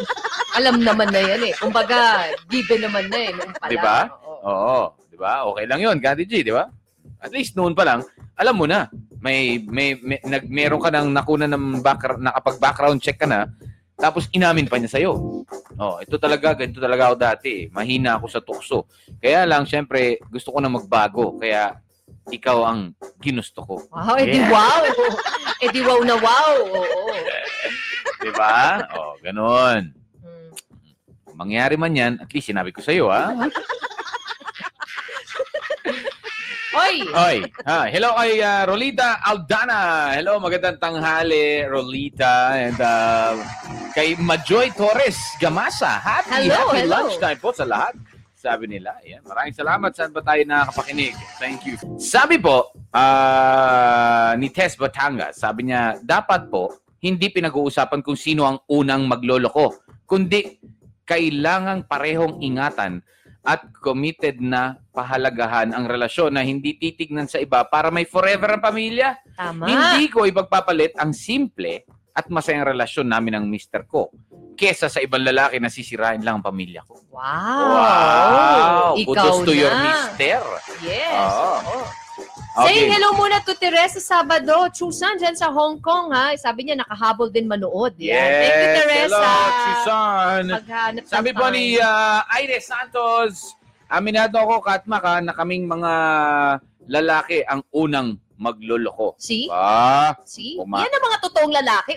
Speaker 3: Alam naman na yan eh. Kumbaga, given naman na eh. Noong pala.
Speaker 2: 'di ba?
Speaker 3: Oo.
Speaker 2: Oo, 'di ba? Okay lang 'yun, Kati G, 'di ba? At least noon pa lang, alam mo na, may may, may nag meron ka nang nakuna ng background, nakapag background check ka na, tapos inamin pa niya sa'yo. Oh, ito talaga, ganito talaga ako dati. eh. Mahina ako sa tukso. Kaya lang, syempre, gusto ko na magbago. Kaya, ikaw ang ginusto ko.
Speaker 3: Wow, edi
Speaker 2: Yeah.
Speaker 3: wow. Edi wow na wow. Oo.
Speaker 2: Di ba? O, oh, ganun.
Speaker 3: Mm.
Speaker 2: Mangyari man yan, at least sinabi ko sa'yo, ah. ha?
Speaker 3: Oy!
Speaker 2: Hoy, ha, hello kay ah, Rolita Aldana. Hello, magandang tanghali, Rolita. And ah, kay Majoy Torres Gamasa. Happy,
Speaker 3: Hello,
Speaker 2: happy
Speaker 3: hello.
Speaker 2: lunchtime po sa lahat. Sabi nila, yan. Maraming salamat. Saan ba tayo nakakapakinig? Thank you. Sabi po, ah, ni Tess Batangas, sabi niya, dapat po, hindi pinag-uusapan kung sino ang unang magloloko, kundi kailangang parehong ingatan at committed na pahalagahan ang relasyon na hindi titignan sa iba para may forever ang pamilya.
Speaker 3: Tama.
Speaker 2: Hindi ko ipagpapalit ang simple at masayang relasyon namin ng mister ko kesa sa ibang lalaki na sisirain lang ang pamilya ko.
Speaker 3: Wow. Ah. Ikaw
Speaker 2: Kudos to
Speaker 3: na.
Speaker 2: your Ah. mister.
Speaker 3: Yes.
Speaker 2: Oo.
Speaker 3: oo.
Speaker 2: Okay.
Speaker 3: Saying hello muna to Teresa Sabado. Chusan dyan sa Hong Kong ha. Sabi niya nakahabol din manood. Yan.
Speaker 2: Yes.
Speaker 3: Thank you Teresa.
Speaker 2: Hello, Susan.
Speaker 3: Maghanap ng
Speaker 2: Sabi po
Speaker 3: time.
Speaker 2: ni ah, Aire Santos, aminado ako, Katma ka, na kaming mga lalaki ang unang magloloko.
Speaker 3: See?
Speaker 2: Ah,
Speaker 3: See?
Speaker 2: Uma-
Speaker 3: Yan ang mga totoong lalaki.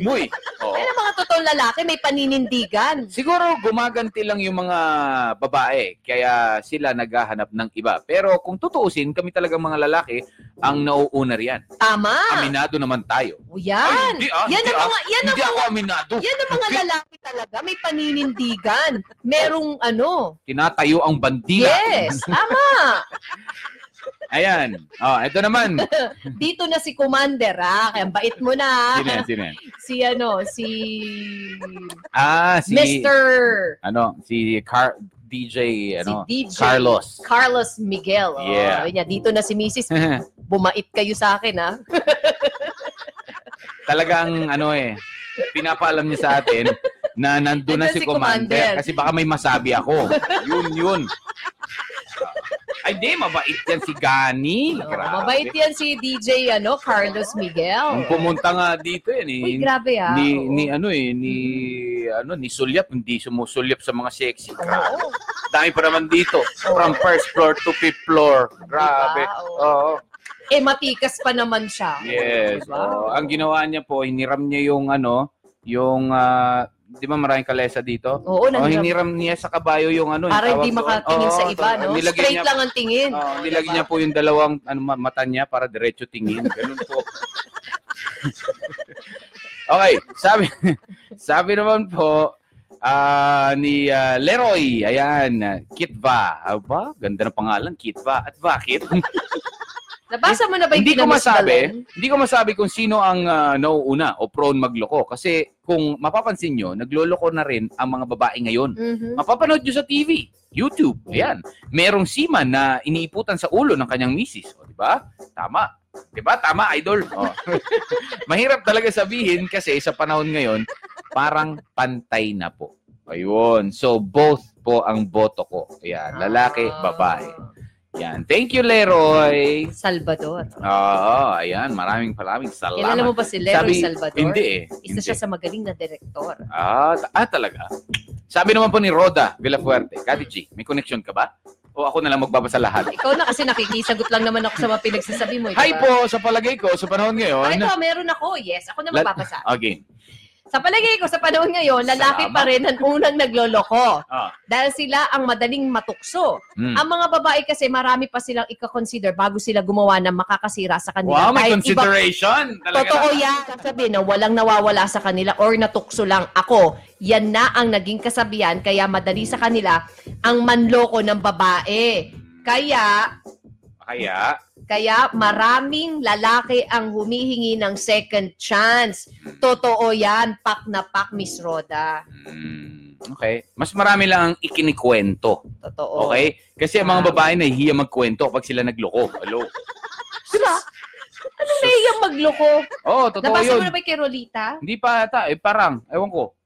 Speaker 2: Ilalaglag mo eh. Oo.
Speaker 3: Yan ang mga totoong lalaki. May paninindigan.
Speaker 2: Siguro gumaganti lang yung mga babae, kaya sila naghahanap ng iba. Pero kung tutuusin, kami talagang mga lalaki ang nauuna riyan.
Speaker 3: Tama.
Speaker 2: Aminado naman tayo.
Speaker 3: O
Speaker 2: Ay,
Speaker 3: yan.
Speaker 2: hindi ah,
Speaker 3: Ah! yan
Speaker 2: hindi
Speaker 3: ang
Speaker 2: ah.
Speaker 3: mga, yan ang
Speaker 2: Hindi ako
Speaker 3: mga,
Speaker 2: aminado.
Speaker 3: yan ang mga lalaki talaga. May paninindigan. Merong ano.
Speaker 2: Tinatayo ang bandila.
Speaker 3: Yes. Tama.
Speaker 2: Ayan. Oh, ito naman.
Speaker 3: Dito na si Commander ha. Kaya bait mo na. ha.
Speaker 2: Sino yan? Sino yan?
Speaker 3: Si ano, si...
Speaker 2: Ah, si...
Speaker 3: Mr.
Speaker 2: Ano? Si Car... DJ, ano?
Speaker 3: si DJ
Speaker 2: Carlos.
Speaker 3: Carlos Miguel. Oh,
Speaker 2: Yeah.
Speaker 3: yun niya. Dito na si Mrs. Bumait kayo sa akin, ah. ha?
Speaker 2: talagang ano eh, pinapaalam niya sa atin na nandun na
Speaker 3: Nandun
Speaker 2: si,
Speaker 3: si
Speaker 2: Commander.
Speaker 3: Commander.
Speaker 2: Kasi baka may masabi ako. yun, yun. Ah. Ay, di. Mabait yan si Gani.
Speaker 3: Oh,
Speaker 2: Grabe.
Speaker 3: mabait yan si DJ ano, Carlos Miguel.
Speaker 2: Nung pumunta nga dito yan eh.
Speaker 3: Uy, grabe ah. ha.
Speaker 2: Ni,
Speaker 3: Oo.
Speaker 2: ni ano eh, ni, ano, ni Sulyap. Hindi sumusulyap sa mga sexy. Grabe.
Speaker 3: Oo.
Speaker 2: Dami pa naman dito. From first floor to fifth floor. Grabe.
Speaker 3: Diba? Oo.
Speaker 2: Oo.
Speaker 3: Eh, matikas pa naman siya.
Speaker 2: Yes.
Speaker 3: Diba?
Speaker 2: oo. ang ginawa niya po, hiniram niya yung ano, yung, ah, di ba maraming kalesa dito? Oh,
Speaker 3: Oo, nanghiram-
Speaker 2: hiniram niya sa kabayo yung ano. yung
Speaker 3: Para
Speaker 2: tawag
Speaker 3: hindi
Speaker 2: doon.
Speaker 3: makatingin
Speaker 2: Oo,
Speaker 3: sa iba,
Speaker 2: so,
Speaker 3: no?
Speaker 2: Nilagyan
Speaker 3: Straight
Speaker 2: niya,
Speaker 3: lang ang tingin.
Speaker 2: Oo,
Speaker 3: Oo,
Speaker 2: nilagyan
Speaker 3: diba?
Speaker 2: niya po yung dalawang ano, ma- mata niya para diretso tingin. Ganun po. okay, sabi sabi naman po ah, ni ah, Leroy, ayan, Kitva. Aba, ganda ng pangalan, Kitva. At bakit?
Speaker 3: Nabasa mo na ba yung
Speaker 2: hindi ko
Speaker 3: dinamis balon?
Speaker 2: masabi, hindi ko masabi kung sino ang ah, nauuna o prone magloko kasi kung mapapansin nyo, nagloloko na rin ang mga babae ngayon.
Speaker 3: Mhm.
Speaker 2: Mapapanood nyo sa TV, YouTube, ayan. Merong seaman na iniiputan sa ulo ng kanyang misis, o, di ba? Tama. Di ba? Tama, idol. O. Mahirap talaga sabihin kasi sa panahon ngayon, parang pantay na po. Ayun. So, both po ang boto ko. Ayan, lalaki,
Speaker 3: Ah.
Speaker 2: babae. Yan. Thank you, Leroy.
Speaker 3: Salvador.
Speaker 2: Oo, ayan. Maraming maraming salamat.
Speaker 3: Kilala mo ba si Leroy
Speaker 2: Sabi-
Speaker 3: Salvador?
Speaker 2: Hindi eh.
Speaker 3: Isa
Speaker 2: hindi.
Speaker 3: siya sa magaling na direktor.
Speaker 2: Ah, ta- ah, talaga? Sabi naman po ni Roda Villafuerte, Kati G, may connection ka ba? O ako na lang magbabasa lahat?
Speaker 3: Ikaw na kasi nakikisagot lang naman ako sa mga pinagsasabi mo. eh,
Speaker 2: Hi
Speaker 3: diba?
Speaker 2: po, sa palagay ko, sa panahon
Speaker 3: Ay,
Speaker 2: ngayon... Ah,
Speaker 3: ito, meron ako. Yes, ako na magbabasa.
Speaker 2: Again.
Speaker 3: Sa palagay ko, sa panahon ngayon, lalaki
Speaker 2: Salamat.
Speaker 3: pa rin ang unang nagloloko.
Speaker 2: Ah.
Speaker 3: Dahil sila ang madaling matukso.
Speaker 2: Hmm.
Speaker 3: Ang mga babae kasi marami pa silang ika-consider bago sila gumawa ng makakasira sa kanila.
Speaker 2: Wow, may
Speaker 3: Kahit iba-
Speaker 2: consideration. Talaga
Speaker 3: Totoo
Speaker 2: naman.
Speaker 3: yan. Sabi na walang nawawala sa kanila or natukso lang ako. Yan na ang naging kasabihan kaya madali sa kanila ang manloko ng babae. Kaya,
Speaker 2: Kaya,
Speaker 3: kaya maraming lalaki ang humihingi ng second chance. Totoo yan. Pak na pak, Miss Roda.
Speaker 2: mm, okay. Mas marami lang ang ikinikwento.
Speaker 3: Totoo.
Speaker 2: Okay? Kasi ang mga babae nahihiya magkwento pag sila nagloko. Hello?
Speaker 3: Diba? Ano na yung magloko?
Speaker 2: Oo, oh, totoo
Speaker 3: Nabasa
Speaker 2: yun.
Speaker 3: mo na ba kay Rolita?
Speaker 2: Hindi pa ata. Eh, parang. Ewan ko.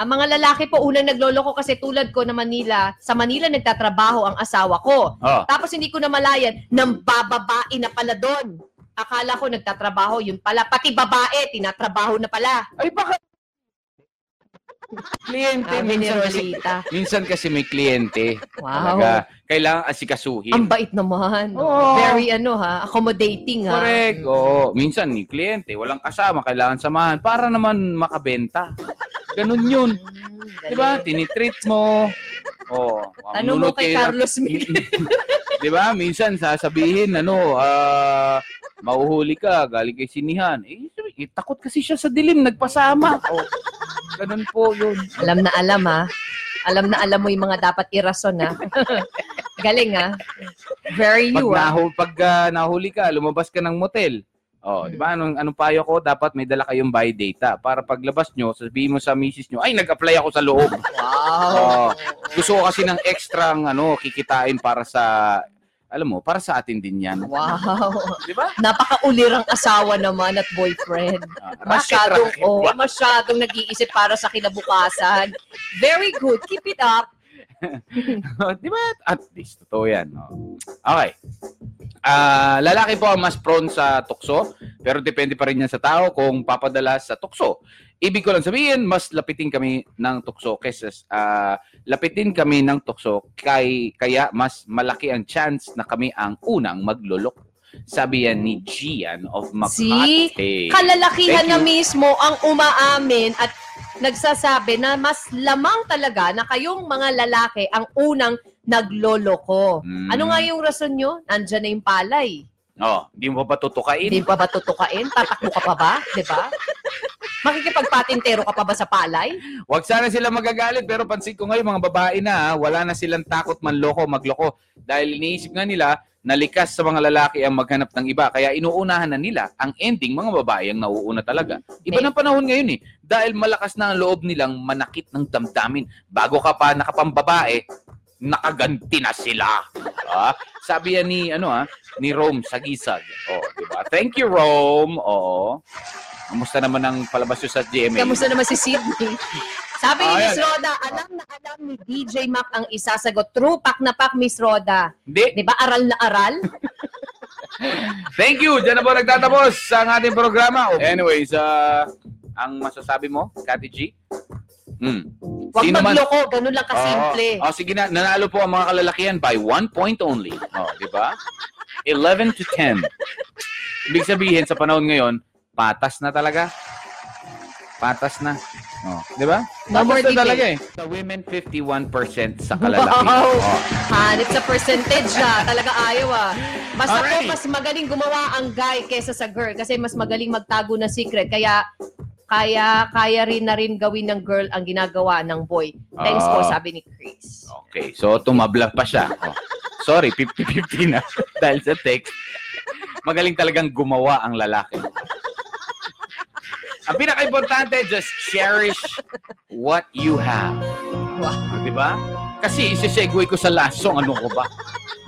Speaker 3: Ang mga lalaki po unang nagloloko kasi tulad ko na Manila, sa Manila nagtatrabaho ang asawa ko.
Speaker 2: Oh.
Speaker 3: Tapos hindi ko namalayan, nang bababae na pala doon. Akala ko nagtatrabaho, yun pala. Pati babae, tinatrabaho na pala.
Speaker 2: Ay, baka... Kliyente.
Speaker 3: Sabi ni
Speaker 2: Minsan kasi,
Speaker 3: Rolita.
Speaker 2: minsan kasi may kliyente.
Speaker 3: Wow.
Speaker 2: Talaga. Kailangan asikasuhin.
Speaker 3: Ang bait naman.
Speaker 2: Oo.
Speaker 3: Very ano ha, accommodating ha.
Speaker 2: Correct. Oo. Minsan, yung kliyente, walang kasama, kailangan samahan para naman makabenta. Ganun yun. Di
Speaker 3: Hmm,
Speaker 2: ba? Tinitreat mo. Oo.
Speaker 3: Tanong Ano mo kay Carlos Miguel.
Speaker 2: Di ba? Minsan, sasabihin, ano, ah, mauhuli ka, galing kay sinihan. Eh, eh, takot kasi siya sa dilim, nagpasama. Oh, ganun po yun.
Speaker 3: Alam na alam ha. Alam na alam mo yung mga dapat irason ha. Galing ha. Very
Speaker 2: Pag,
Speaker 3: you ha.
Speaker 2: nahu- pag ah, nahuli ka, lumabas ka ng motel. Oh, di
Speaker 3: Hmm.
Speaker 2: ba? Anong, anong payo ko? Dapat may dala kayong buy data para paglabas nyo, sabihin mo sa misis nyo, ay, nag-apply ako sa loob. Wow. gusto ko kasi ng extra ano, kikitain para sa, alam mo, para sa atin din yan.
Speaker 3: Wow.
Speaker 2: Di ba?
Speaker 3: Napakaulirang asawa naman at boyfriend.
Speaker 2: Ah, racket,
Speaker 3: Masyadong,
Speaker 2: racket.
Speaker 3: oh, masyadong nag-iisip para sa kinabukasan. Very good. Keep it up.
Speaker 2: di ba? At least, totoo yan. no? Okay. Ah, lalaki po ang mas prone sa tukso, pero depende pa rin yan sa tao kung papadala sa tukso. Ibig ko lang sabihin, mas lapitin kami ng tukso kaysa ah, lapitin kami ng tukso kay, kaya mas malaki ang chance na kami ang unang maglulok. Sabi yan ni Gian of Makati.
Speaker 3: See? Kalalakihan
Speaker 2: Thank you.
Speaker 3: na mismo ang umaamin at nagsasabi na mas lamang talaga na kayong mga lalaki ang unang nagloloko.
Speaker 2: Mm.
Speaker 3: Ano nga yung rason nyo? Nandyan na yung palay.
Speaker 2: Oh, di mo pa tutukain.
Speaker 3: Hindi pa ba tutukain? Tatakbo ka pa ba? Di ba? Makikipagpatintero ka pa ba sa palay?
Speaker 2: Huwag sana sila magagalit pero pansin ko ngayon mga babae na ha, wala na silang takot manloko, magloko dahil iniisip nga nila na likas sa mga lalaki ang maghanap ng iba kaya inuunahan na nila ang ending mga babae ang nauuna talaga. Iba
Speaker 3: Eh.
Speaker 2: ng panahon ngayon eh dahil malakas na ang loob nilang manakit ng damdamin bago ka pa nakapambabae nakaganti na sila. Ah, sabi yan ni ano ah, ni Rome Sagisag. Oh, di ba? Thank you Rome. Oo. Kamusta naman ang palabas yun sa GMA?
Speaker 3: Kamusta naman si Sydney? Sabi ni
Speaker 2: Ah,
Speaker 3: Miss
Speaker 2: yan.
Speaker 3: Roda, alam na alam ni DJ Mac ang isasagot. True, pak na pak, Miss Roda.
Speaker 2: Hindi,
Speaker 3: Di ba, aral na aral?
Speaker 2: Thank you. Diyan na po nagtatapos ang ating programa. Anyways, ah, ang masasabi mo, Kati G? Hmm.
Speaker 3: Huwag
Speaker 2: Sino man-
Speaker 3: magloko, ganun lang kasimple.
Speaker 2: Oo. Oh, sige na, nanalo po ang mga kalalakihan by one point only. Oh, di ba? 11 to 10. Ibig sabihin, sa panahon ngayon, patas na talaga. Patas na. Oh, di ba?
Speaker 3: No more
Speaker 2: patas na
Speaker 3: debate.
Speaker 2: talaga eh. Sa women, 51% sa kalalakihan.
Speaker 3: Wow.
Speaker 2: Oh.
Speaker 3: Hanip sa percentage na. Talaga ayaw ah. Mas ako,
Speaker 2: Alright.
Speaker 3: mas magaling gumawa ang guy kesa sa girl. Kasi mas magaling magtago ng secret. Kaya, kaya, kaya rin na rin gawin ng girl ang ginagawa ng boy. Thanks
Speaker 2: Ah.
Speaker 3: po, sabi ni Chris.
Speaker 2: Okay, so tumabla pa siya. Oh. Sorry, 50-50 na dahil sa text. Magaling talagang gumawa ang lalaki. ang pinaka-importante, just cherish what you have. Ah,
Speaker 3: Wow.
Speaker 2: Di ba? Kasi isisegue ko sa last song. Ano ko ba?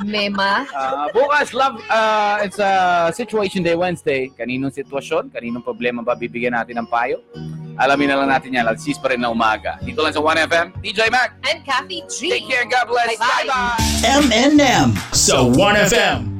Speaker 3: Mema,
Speaker 2: Ah, bukas, love, ah, it's a Situation Day Wednesday. Kaninong sitwasyon? Kaninong problema ba bibigyan natin ng payo? Alamin na lang natin yan. Alas 6 pa rin na umaga. Dito lang sa 1FM, DJ Mac.
Speaker 3: And Kathy G.
Speaker 2: Take care and God bless.
Speaker 3: Bye-bye.
Speaker 2: Bye-bye.
Speaker 1: M&M. So 1FM.